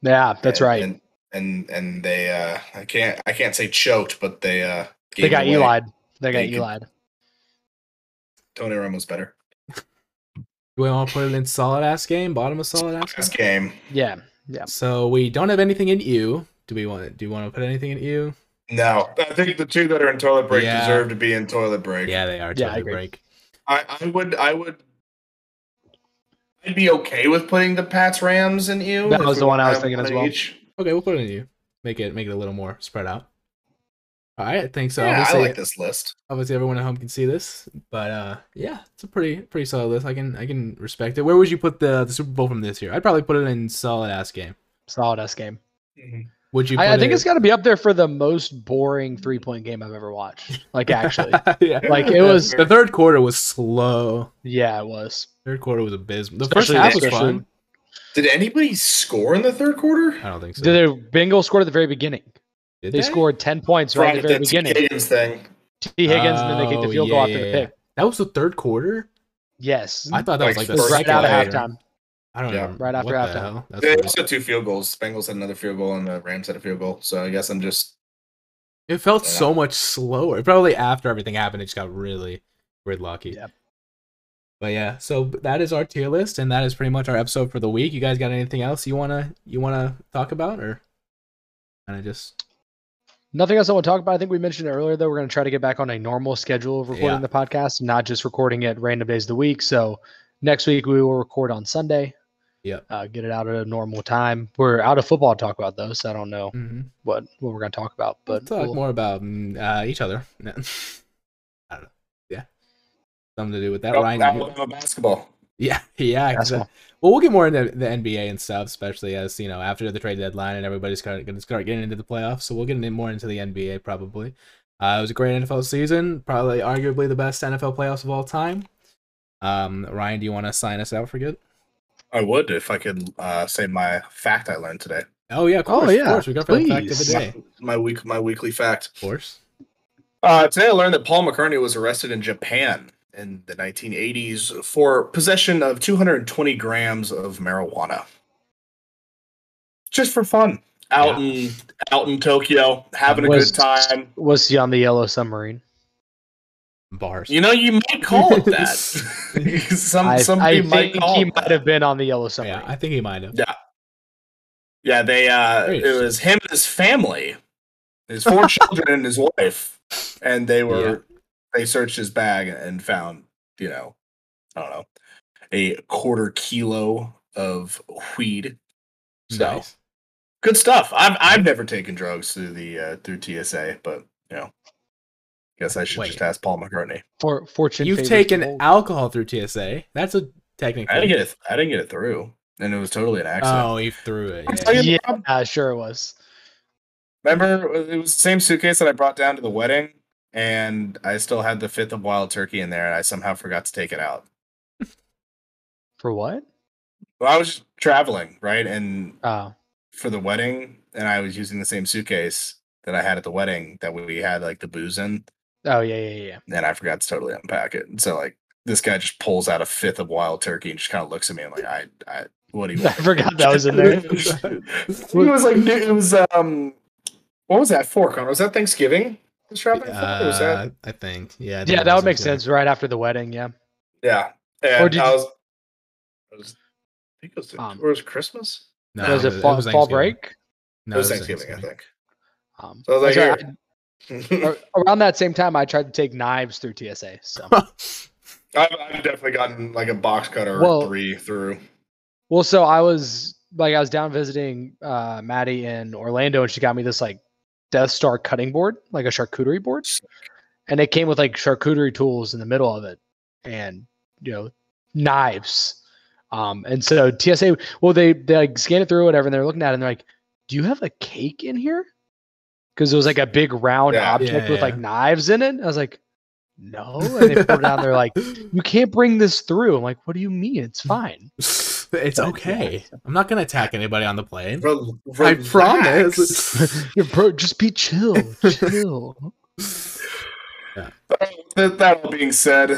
Yeah, that's And- right. And and and they uh I can't I can't say choked, but they uh They gave got away. Eli. They got They could- Eli. Tony Romo's better. Do we want to put it in solid ass game, bottom of solid ass. Last game? game. Yeah. So we don't have anything in you. Do we want? Do you want to put anything in you? No, I think the two that are in toilet break Yeah. deserve to be in toilet break. Yeah, they are. Yeah, I Totally agree. break. I, I would, I would, I'd be okay with putting the Pats Rams in you. That if was we the one I wanna was have thinking as in well. each. Okay, we'll put it in you. Make it make it a little more spread out. All right, thanks. So yeah, I obviously, like this list. obviously everyone at home can see this, but uh, yeah, it's a pretty pretty solid list. I can I can respect it. Where would you put the the Super Bowl from this year? I'd probably put it in solid ass game. Solid S game. Mm-hmm. Would you? Put I, I think it... it's got to be up there for the most boring three point game I've ever watched. *laughs* Like, actually. yeah. Like, it was- the third quarter was slow. yeah, it was. Third quarter was abysmal. The Especially- first half was especially- fun. Did anybody score in the third quarter? I don't think so. Did the Bengals scored at the very beginning? Did They scored ten points right, at the very that's beginning. Higgins thing. T. Higgins, and then they kicked the Oh, field goal yeah, after the yeah, yeah. pick. That was the third quarter. Yes, I thought that was like Like, the it was right second out of later. halftime. I don't Yeah, know. right after what the halftime. hell? That's They weird. also had two field goals. Bengals had another field goal, and the Rams had a field goal. So I guess I'm just It felt Yeah. so much slower. Probably after everything happened, it just got really gridlocky. Yep. But yeah, so that is our tier list, and that is pretty much our episode for the week. You guys got anything else you wanna you wanna talk about, or kind of just Nothing else I want to talk about. I think we mentioned it earlier, though. We're going to try to get back on a normal schedule of recording Yeah. the podcast, not just recording it random days of the week. So next week we will record on Sunday. Yep. Uh, get it out at a normal time. We're out of football to talk about though, so I don't know mhm. what what we're going to talk about. But talk we'll- more about mm, uh, each other? *laughs* No. I don't know. Yeah, something to do with that, Oh, Ryan. you- Alabama basketball. *laughs* Yeah, yeah. That's exact- Well, we'll get more into the NBA and stuff, especially as you know after the trade deadline and everybody's going to start getting into the playoffs. So we'll get in more into the NBA probably. Uh, it was a great NFL season, probably arguably the best NFL playoffs of all time. Um, Ryan, do you want to sign us out for good? I would if I could uh, say my fact I learned today. Oh yeah, of Oh, course, yeah, of course. We got for the fact of the please. day, My, my week, my weekly fact. of course. Uh, today, I learned that Paul McCartney was arrested in Japan in the 1980s for possession of 220 grams of marijuana, just for fun, out in out in Tokyo, having a Was- good time. Was he on the yellow submarine? Bars. You know, you might call it *laughs* that. *laughs* some I, some I people might think call he it might that. have been on the yellow submarine. yeah, I think he might have. Yeah, they. Uh, Very it was him and his family, his four children and his wife, and they were. They searched his bag and found, you know, I don't know, a quarter kilo of weed. So Nice. good stuff. I've I've never taken drugs through the uh, through TSA, but you know, guess I should Wait. just ask Paul McCartney. For, fortune. You've favors the taken bold. alcohol through TSA. That's a technical. I didn't get it. I didn't get it through, and it was totally an accident. Oh, he threw it. I'm yeah. sorry. Yeah, uh, sure it was. Remember, it was the same suitcase that I brought down to the wedding, and I still had the fifth of wild turkey in there, and I somehow forgot to take it out. For what? Well, I was just traveling, right? And Oh, for the wedding, and I was using the same suitcase that I had at the wedding that we had like the booze in, oh yeah, yeah, yeah. *laughs* and I forgot to totally unpack it. And so, like, this guy just pulls out a fifth of wild turkey and just kind of looks at me and like, I, I, what do you yeah. I want? forgot *laughs* that was *laughs* *laughs* in there. I think it was like, new- it was, um, what was that for, Connor? Was that Thanksgiving? Was traveling for? Or was that? Uh, I think. Yeah. I think Yeah, it that was would make Thanksgiving. sense right after the wedding. Yeah. Yeah. And did I you- was, I was- I think it was, Um, or it was Christmas? No, was Um, it, fall, fall Thanksgiving. break? No, it was Thanksgiving, I think. Um, So I was that's like, right, "Here." I- around that same time, I tried to take knives through TSA. So, *laughs* I've, I've definitely gotten like a box cutter Well- or three through. well, so I was like, I was down visiting uh, Maddie in Orlando, and she got me this like Death Star cutting board, like a charcuterie board, and it came with like charcuterie tools in the middle of it, and you know, knives. Um, and so TSA, well, they they like scan it through or whatever, and they're looking at it, and they're like, "Do you have a cake in here?" Because it was like a big round Yeah. object Yeah, with like yeah. knives in it. I was like, "No," and they pulled it out. and They're like, "You can't bring this through." I'm like, "What do you mean? It's fine." *laughs* it's okay. I'm not gonna attack anybody on the plane. Rel- I relax. promise. Your bro, just be *laughs* chill, chill. With that all being said,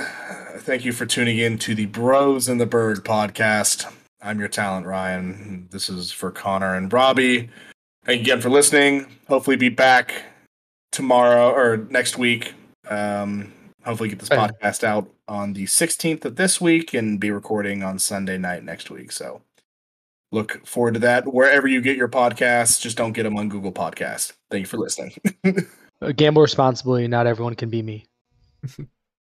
thank you for tuning in to the Bros and the Bird podcast. I'm your talent, Ryan. This is for Connor and Robbie. Thank you again for listening. Hopefully, be back tomorrow or next week. Um, hopefully, get this Right. podcast out on the 16th of this week and be recording on Sunday night next week. So, look forward to that. Wherever you get your podcasts, just don't get them on Google Podcasts. Thank you for listening. Gamble responsibly. Not everyone can be me.